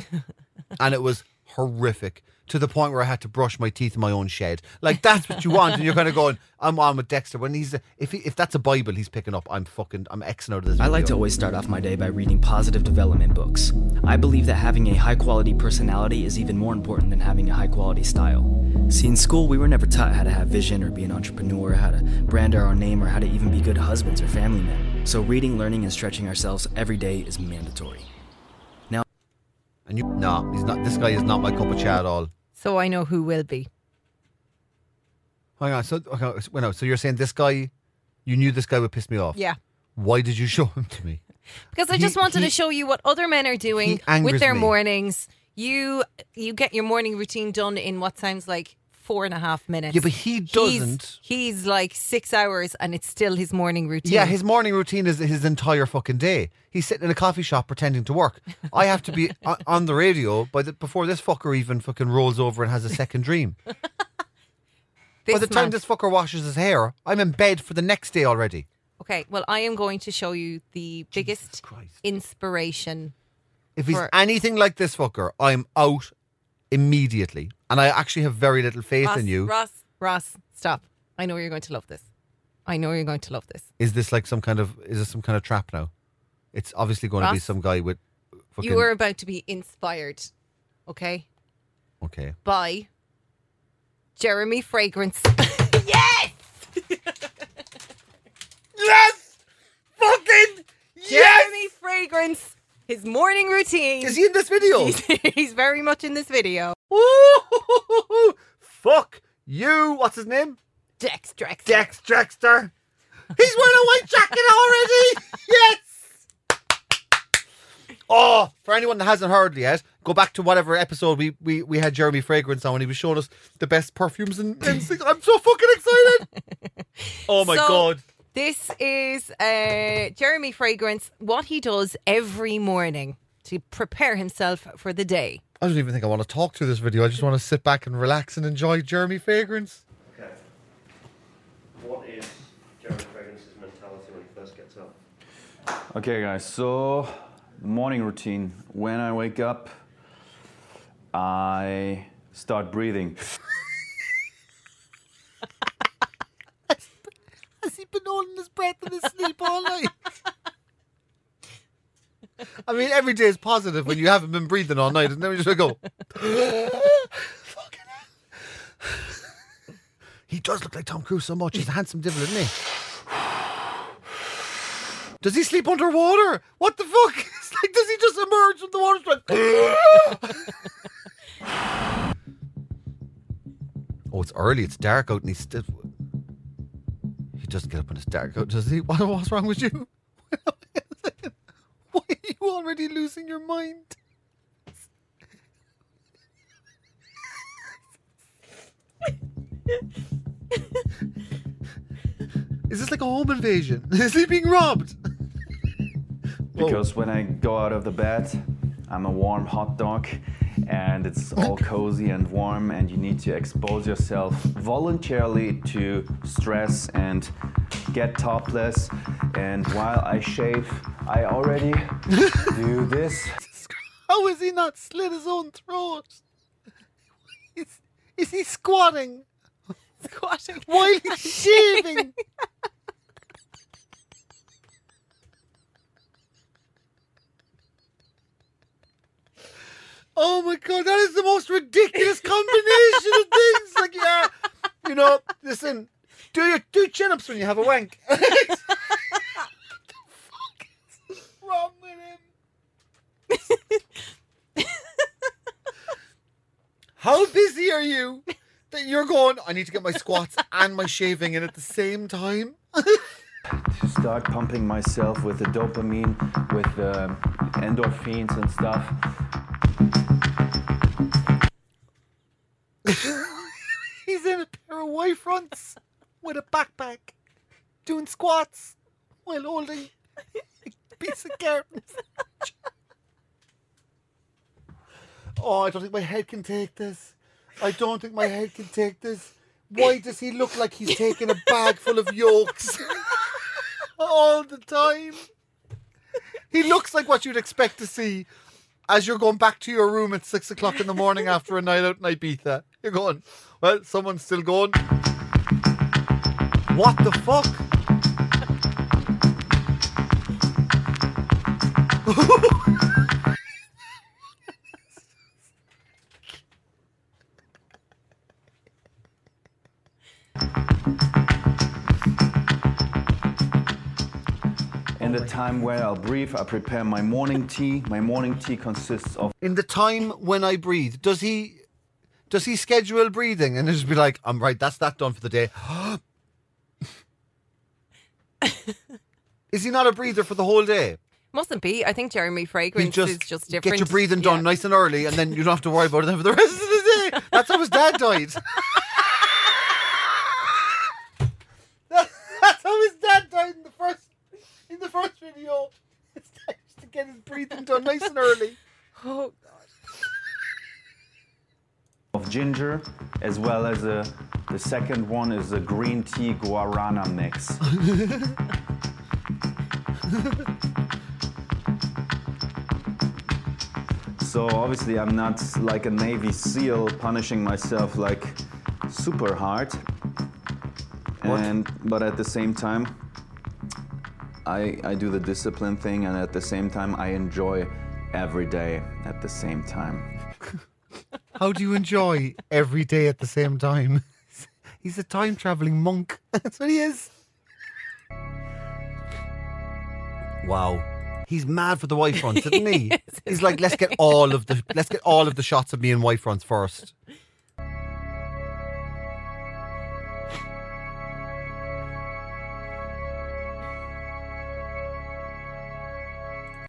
Speaker 2: and it was horrific to the point where I had to brush my teeth in my own shed. Like that's what you want, and you're kind of going, I'm on with Dexter when he's if he, if that's a Bible he's picking up. I'm fucking I'm Xing out of this.
Speaker 6: I like to
Speaker 2: video.
Speaker 6: always start off my day by reading positive development books. I believe that having a high quality personality is even more important than having a high quality style. See, in school, we were never taught how to have vision or be an entrepreneur, how to brand our own name, or how to even be good husbands or family men. So, reading, learning, and stretching ourselves every day is mandatory.
Speaker 2: And you, no, he's not. This guy is not my cup of chai at all.
Speaker 3: So I know who will be.
Speaker 2: Hang on. So okay, so- wait, no, so you're saying this guy, you knew this guy would piss me off.
Speaker 3: Yeah.
Speaker 2: Why did you [LAUGHS] show him to me?
Speaker 3: Because I
Speaker 2: He-
Speaker 3: just wanted
Speaker 2: he-
Speaker 3: to show you what other men are doing
Speaker 2: He angers
Speaker 3: with their
Speaker 2: me.
Speaker 3: mornings. You you get your morning routine done in what sounds like four and a half minutes.
Speaker 2: Yeah, but he doesn't.
Speaker 3: He's, he's like six hours and it's still his morning routine.
Speaker 2: Yeah, his morning routine is his entire fucking day. He's sitting in a coffee shop pretending to work. I have to
Speaker 3: [LAUGHS]
Speaker 2: be o- on the radio by the, before this fucker even fucking rolls over and has
Speaker 3: [LAUGHS]
Speaker 2: a second dream.
Speaker 3: This
Speaker 2: by the time
Speaker 3: man-
Speaker 2: this fucker washes his hair, I'm in bed for the next day already.
Speaker 3: Okay, well, I am going to show you the biggest
Speaker 2: Christ.
Speaker 3: inspiration.
Speaker 2: If he's
Speaker 3: For-
Speaker 2: anything like this fucker, I'm out immediately. And I actually have very little faith
Speaker 3: Ross,
Speaker 2: in you.
Speaker 3: Ross, Ross, stop. I know you're going to love this. I know you're going to love this.
Speaker 2: Is this like some kind of is this some kind of trap now? It's obviously going to be
Speaker 3: Ross,
Speaker 2: some guy with fucking
Speaker 3: You are about to be inspired, okay,
Speaker 2: Okay.
Speaker 3: by Jeremy Fragrance. [LAUGHS]
Speaker 2: Yes! Fucking
Speaker 3: Jeremy Fragrance, his morning routine.
Speaker 2: Is he in this
Speaker 3: [LAUGHS]
Speaker 2: video? [LAUGHS]
Speaker 3: He's, he's very much in this video.
Speaker 2: Ooh, fuck you. What's his name?
Speaker 3: Dex Drex.
Speaker 2: Dex Drexter. He's wearing a white jacket already. [LAUGHS] Yes. Oh, for anyone that hasn't heard yet, go back to whatever episode we, we, we had Jeremy Fragrance on when he was showing us the best perfumes and, [LAUGHS] and things. I'm so fucking excited. [LAUGHS] Oh my
Speaker 3: So-
Speaker 2: god.
Speaker 3: This is uh, Jeremy Fragrance, what he does every morning to prepare himself for the day.
Speaker 2: I don't even think I want to talk to this video. I just want to sit back and relax and enjoy Jeremy Fragrance.
Speaker 7: Okay. What is Jared Fragrance's mentality when he first gets up?
Speaker 8: Okay, guys, so morning routine. When I wake up, I start breathing.
Speaker 2: Has he been holding his breath in his sleep all night? I mean, every day is positive when you haven't been breathing all night, and then we just go. Fucking hell. he does look like Tom Cruise so much. He's a handsome devil, isn't he? Does he sleep underwater? What the fuck? [LAUGHS] It's like, does he just emerge from the water? Just like- [LAUGHS] oh, it's early. It's dark out, and he's still. He doesn't get up when it's dark out, does he? [LAUGHS] What, what's wrong with you? [LAUGHS] Why are you already losing your mind? [LAUGHS] Is this like a home invasion? [LAUGHS] Is he being robbed?
Speaker 8: Because when I go out of the bed, I'm a warm hot dog and it's all cozy and warm, and you need to expose yourself voluntarily to stress and get topless. And while I shave, I already do this.
Speaker 9: Oh,
Speaker 2: How is he not slit his own throat? Is, is he squatting
Speaker 3: Squatting.
Speaker 2: while he's shaving?
Speaker 9: Oh my god, that is the most ridiculous combination of things. Like, yeah, you know, listen, do your do chin ups when you have a wank. [LAUGHS] what the fuck is wrong with him? How busy are you that you're going? I need to get my squats and my shaving in at the same time.
Speaker 8: to start pumping myself with the dopamine, with the endorphins and stuff.
Speaker 9: He's in a pair of Y fronts with a backpack, doing squats while holding a piece of carton. Oh, I don't think my head can take this. I don't think my head can take this. Why does he look like he's taking a bag full of yolks [LAUGHS] all the time? He looks like what you'd expect to see as you're going back to your room at six o'clock in the morning after a night out in Ibiza. You're going, well, someone's still going. What the fuck?
Speaker 8: In the time where I'll breathe, I prepare my morning tea. My morning tea consists of
Speaker 9: In the time when I breathe, does he does he schedule breathing and just be like, I'm right, that's that done for the day. [GASPS] Is he not a breather for the whole day?
Speaker 3: Mustn't be. I think Jeremy
Speaker 9: You
Speaker 3: fragrance is
Speaker 9: just,
Speaker 3: just different.
Speaker 9: get your breathing
Speaker 3: Yeah.
Speaker 9: done nice and early, and then you don't have to worry about it for the rest of the day. That's how his dad died. [LAUGHS] That's how his dad died in the first in the first video. [LAUGHS] It's just to get his breathing done nice and early.
Speaker 3: Oh,
Speaker 8: of ginger, as well as a, the second one is a green tea guarana mix. [LAUGHS] so obviously I'm not like a Navy SEAL punishing myself like super hard. And but at the same time, I I do the discipline thing, and at the same time I enjoy every day at the same time.
Speaker 9: How do you enjoy every day at the same time? [LAUGHS] He's a time traveling monk. [LAUGHS] That's what he is. Wow. He's mad for the wife fronts, isn't [LAUGHS] he? He's like, let's get all of the let's get all of the shots of me and wife fronts first.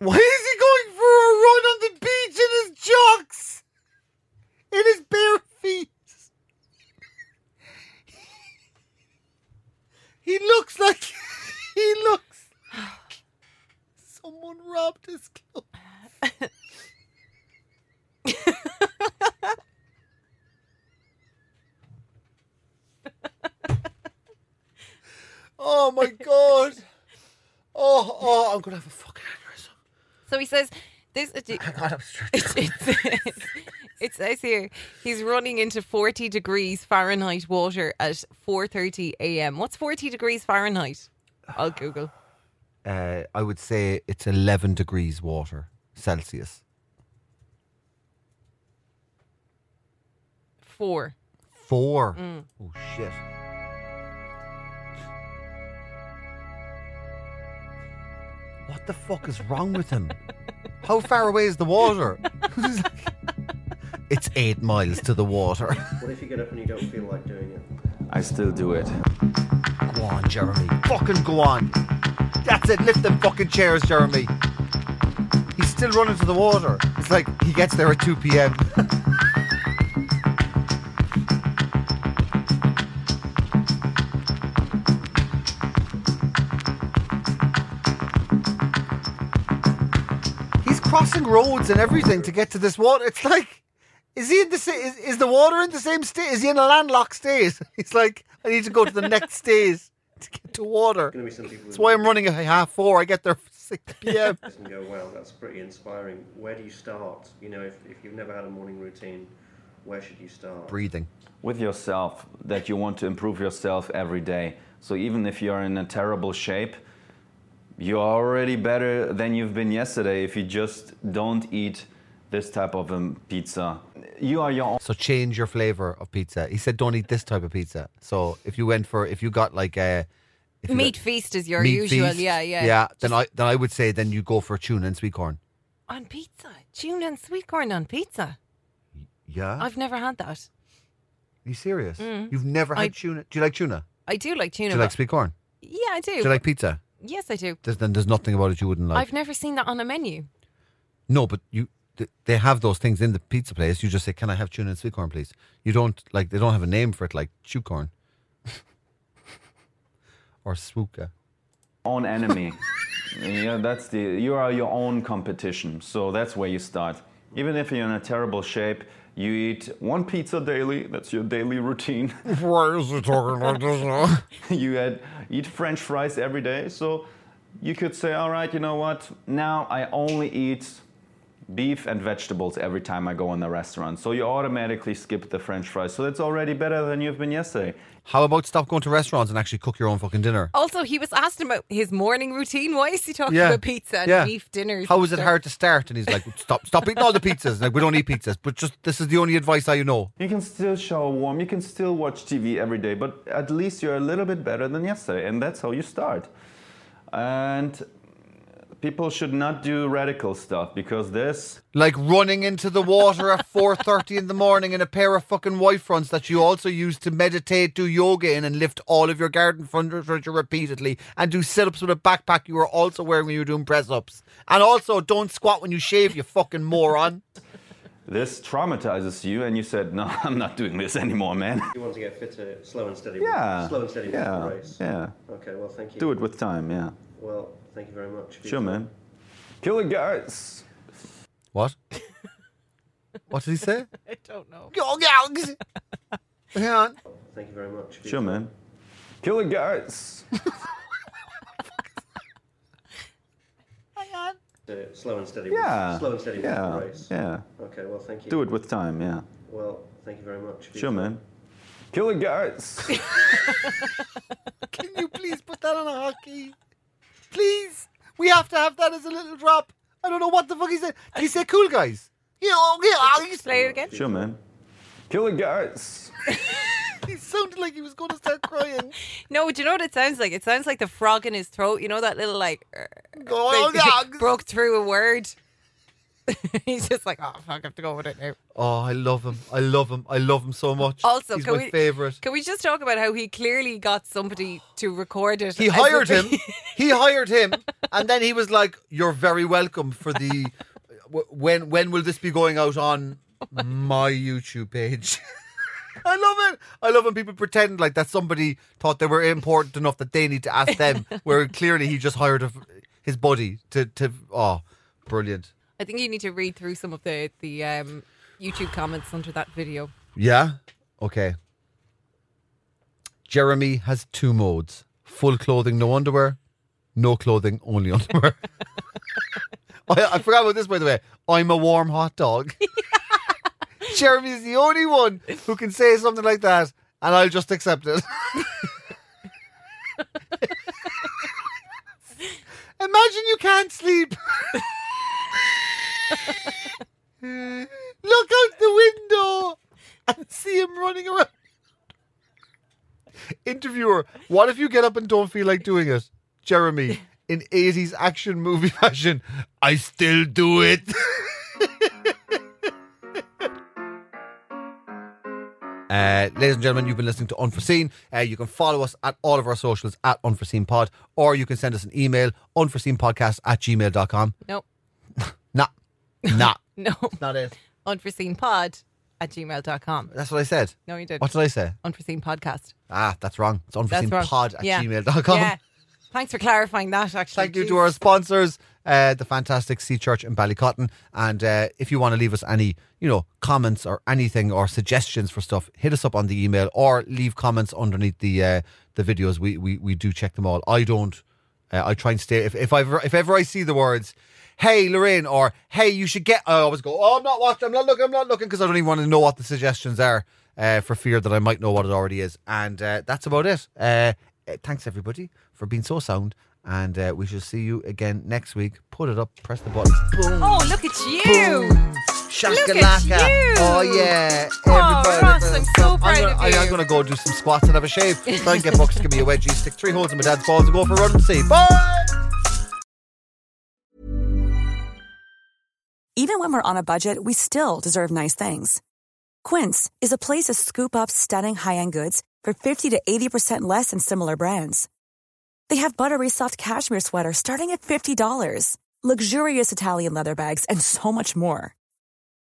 Speaker 9: Why is he going for a run on the beach in his jocks? in his bare feet. [LAUGHS] he looks like [LAUGHS] he looks like someone robbed his clothes. [LAUGHS] oh my god. Oh, oh, I'm gonna have a fucking aneurysm.
Speaker 3: So he says, "This it's
Speaker 9: God, I'm stressed.
Speaker 3: it's, it's, it [LAUGHS] says here he's running into forty degrees Fahrenheit water at four thirty a.m. What's forty degrees Fahrenheit? I'll Google.
Speaker 9: [LAUGHS] uh, I would say it's 11 degrees water Celsius.
Speaker 3: Four.
Speaker 9: Four. Oh, shit. What the fuck is wrong with him? How far away is the water? [LAUGHS] it's eight miles to the water. [LAUGHS]
Speaker 7: What if you get up and you don't feel like doing it?
Speaker 8: I still do it.
Speaker 9: go on, Jeremy. Fucking go on. That's it. Lift them fucking chairs, Jeremy. He's still running to the water. It's like he gets there at 2 p.m. [LAUGHS] He's crossing roads and everything to get to this water. It's like, is he in the sa- is, is the water in the same state? Is he in a landlocked state? [LAUGHS] He's like, I need to go to the next state to get to water.
Speaker 7: Gonna be some people.
Speaker 9: That's why I'm running at half four. I get there at six [LAUGHS]
Speaker 2: [LAUGHS]
Speaker 9: p.m.
Speaker 7: And go, wow, that's pretty inspiring. Where do you start? You know, if, if you've never had a morning routine, where should you start?
Speaker 9: Breathing.
Speaker 8: with yourself that you want to improve yourself every day. So even if you're in a terrible shape, you're already better than you've been yesterday if you just don't eat this type of um, pizza. You are your own.
Speaker 2: So change your flavor of pizza. He said, don't eat this type of pizza. So if you went for, if you got like a if you
Speaker 3: Meat
Speaker 2: got
Speaker 3: feast is your
Speaker 2: meat
Speaker 3: usual,
Speaker 2: feast,
Speaker 3: yeah, yeah.
Speaker 2: yeah. Then I then I would say then you go for tuna and sweet corn.
Speaker 3: On pizza. Tuna and sweet corn on pizza.
Speaker 2: Yeah.
Speaker 3: I've never had that.
Speaker 2: Are you serious? You've never had
Speaker 3: I-
Speaker 2: tuna. Do you like tuna?
Speaker 3: I do like
Speaker 2: Do
Speaker 3: tuna.
Speaker 2: you like
Speaker 3: but-
Speaker 2: sweet corn?
Speaker 3: yeah, I do.
Speaker 2: Do you like pizza?
Speaker 3: yes, I do.
Speaker 2: There's, then there's nothing about it you wouldn't like.
Speaker 3: I've never seen that on a menu.
Speaker 2: No, but you th- they have those things in the pizza place. You just say, "Can I have tuna and sweet corn, please?" You don't like they don't have a name for it, like chew corn [LAUGHS] or swooka.
Speaker 8: own enemy. yeah, that's the you are your own competition. So that's where you start. Even if you're in a terrible shape, you eat one pizza daily. That's your daily routine. [LAUGHS]
Speaker 2: Why is he talking like this now?
Speaker 8: you had, eat French fries every day. So you could say, all right, you know what? Now I only eat beef and vegetables every time I go in the restaurant. So you automatically skip the French fries. So that's already better than you've been yesterday.
Speaker 2: [LAUGHS] How about stop going to restaurants and actually cook your own fucking dinner?
Speaker 3: Also, he was asked about his morning routine. Why is he talking about pizza and
Speaker 2: yeah.
Speaker 3: beef dinners?
Speaker 2: How
Speaker 3: and
Speaker 2: is it
Speaker 3: stuff?
Speaker 2: hard to start? And he's like, "Stop, stop eating all the pizzas." Like we don't eat pizzas, but just this is the only advice I know.
Speaker 8: You can still shower warm, you can still watch TV every day, but at least you're a little bit better than yesterday, and that's how you start. And people should not do radical stuff because this
Speaker 2: Like running into the water at four thirty in the morning in a pair of fucking white fronts that you also use to meditate, do yoga in, and lift all of your garden furniture repeatedly, and do sit ups with a backpack you were also wearing when you were doing press ups, and also don't squat when you shave, you fucking moron.
Speaker 8: this traumatizes you, and you said, "No, [LAUGHS] I'm not doing this anymore, man." [LAUGHS]
Speaker 7: You want to get fitter, slow and steady.
Speaker 8: Yeah,
Speaker 7: Slow and steady
Speaker 8: yeah,
Speaker 7: wins the race.
Speaker 8: yeah.
Speaker 7: Okay, well, thank you.
Speaker 8: Do it with time, yeah.
Speaker 7: Well, thank you very much. for your
Speaker 8: Sure,
Speaker 7: time.
Speaker 8: man. Kill it, guys.
Speaker 2: What? What did he say?
Speaker 3: [LAUGHS] I don't know.
Speaker 2: [LAUGHS] Hang on.
Speaker 7: Thank you very much. for your
Speaker 8: Sure,
Speaker 7: time.
Speaker 8: man. Kill it, guys.
Speaker 7: Uh, slow and steady.
Speaker 8: Yeah,
Speaker 7: Wins. Slow and steady
Speaker 8: yeah,
Speaker 7: wins the race.
Speaker 8: yeah.
Speaker 7: Okay, well, thank you.
Speaker 8: Do it with time, yeah.
Speaker 7: Well, thank you very much. for your
Speaker 8: Sure,
Speaker 7: time.
Speaker 8: man. Kill it, guys.
Speaker 2: Can you please put that on a hotkey? Please. We have to have that as a little drop. I don't know what the fuck he said. Did he say cool guys? Yeah, oh, yeah, oh, he's-
Speaker 3: Play it again.
Speaker 8: Sure, man. Kill it, guys.
Speaker 2: he sounded like he was going to start crying.
Speaker 3: No, do you know what it sounds like? It sounds like the frog in his throat. You know that little like uh,
Speaker 2: Oh,
Speaker 3: like, [LAUGHS]
Speaker 2: yeah.
Speaker 3: broke through a word. [LAUGHS] He's just like, oh fuck, I have to go with it now.
Speaker 2: [LAUGHS] Oh, I love him. I love him. I love him so much.
Speaker 3: Also,
Speaker 2: he's
Speaker 3: can
Speaker 2: my
Speaker 3: we
Speaker 2: favorite.
Speaker 3: Can we just talk about how he clearly got somebody to record it?
Speaker 2: He
Speaker 3: as a-
Speaker 2: hired him. he hired him, and then he was like, "You're very welcome for the w- when when will this be going out on my YouTube page." [LAUGHS] I love it. I love when people pretend like that somebody thought they were important enough that they need to ask them, where clearly he just hired a, his buddy to to. Oh, brilliant!
Speaker 3: [LAUGHS] I think you need to read through some of the the um, YouTube comments under that video.
Speaker 2: Yeah. Okay. Jeremy has two modes: full clothing, no underwear; no clothing, only [LAUGHS] underwear. I, I forgot about this, by the way. I'm a warm hot dog. [LAUGHS] Jeremy is the only one who can say something like that, and I'll just accept it. [LAUGHS] Imagine you can't sleep. Look out the window and see him running around. Interviewer, what if you get up and don't feel like doing it? Jeremy, in 80s action movie [LAUGHS] fashion, I still do it. [LAUGHS] Uh, ladies and gentlemen, you've been listening to Unforeseen. Uh, you can follow us at all of our socials at Unforeseen Pod, or you can send us an email, unforeseenpodcast at gmail.com.
Speaker 3: No,
Speaker 2: Nah, nah,
Speaker 3: [LAUGHS] no,
Speaker 2: [LAUGHS] not it.
Speaker 3: unforeseen pod at gmail.com.
Speaker 2: That's what I said.
Speaker 3: No, you didn't.
Speaker 2: What did I say?
Speaker 3: Unforeseen podcast.
Speaker 2: Ah, that's wrong. It's
Speaker 3: That's wrong.
Speaker 2: unforeseenpod at
Speaker 3: yeah.
Speaker 2: gmail.com.
Speaker 3: Yeah. Thanks for clarifying that, actually.
Speaker 2: Thank you
Speaker 3: Jeez.
Speaker 2: to our sponsors, uh, the fantastic Sea Church in Ballycotton. And uh, if you want to leave us any, you know, comments or anything or suggestions for stuff, hit us up on the email or leave comments underneath the uh, the videos. We, we we do check them all. I don't. Uh, I try and stay. If if I ever, if ever I see the words, "Hey Lorraine" or "Hey, you should get," I always go, "Oh, I'm not watching. I'm not looking. I'm not looking," because I don't even want to know what the suggestions are. Uh, for fear that I might know what it already is. And uh, that's about it. Uh, uh, thanks everybody for being so sound and uh, we shall see you again next week put it up press the button
Speaker 3: Oh, look at you. Look at
Speaker 2: Shakalaka.
Speaker 3: you.
Speaker 2: Oh yeah.
Speaker 3: Oh,
Speaker 2: Everybody.
Speaker 3: Ross, I'm so proud
Speaker 2: I'm gonna,
Speaker 3: of
Speaker 2: I- I'm
Speaker 3: you.
Speaker 2: gonna go do some squats and have a
Speaker 3: [LAUGHS]
Speaker 2: shave. So I can get bucks to give me a wedgie, stick three holes in my dad's balls, and go for a run and see. Bye.
Speaker 10: Even when we're on a budget, we still deserve nice things. Quince is a place to scoop up stunning high-end goods for 50 to 80% less than similar brands. They have buttery soft cashmere sweaters starting at $50, luxurious Italian leather bags, and so much more.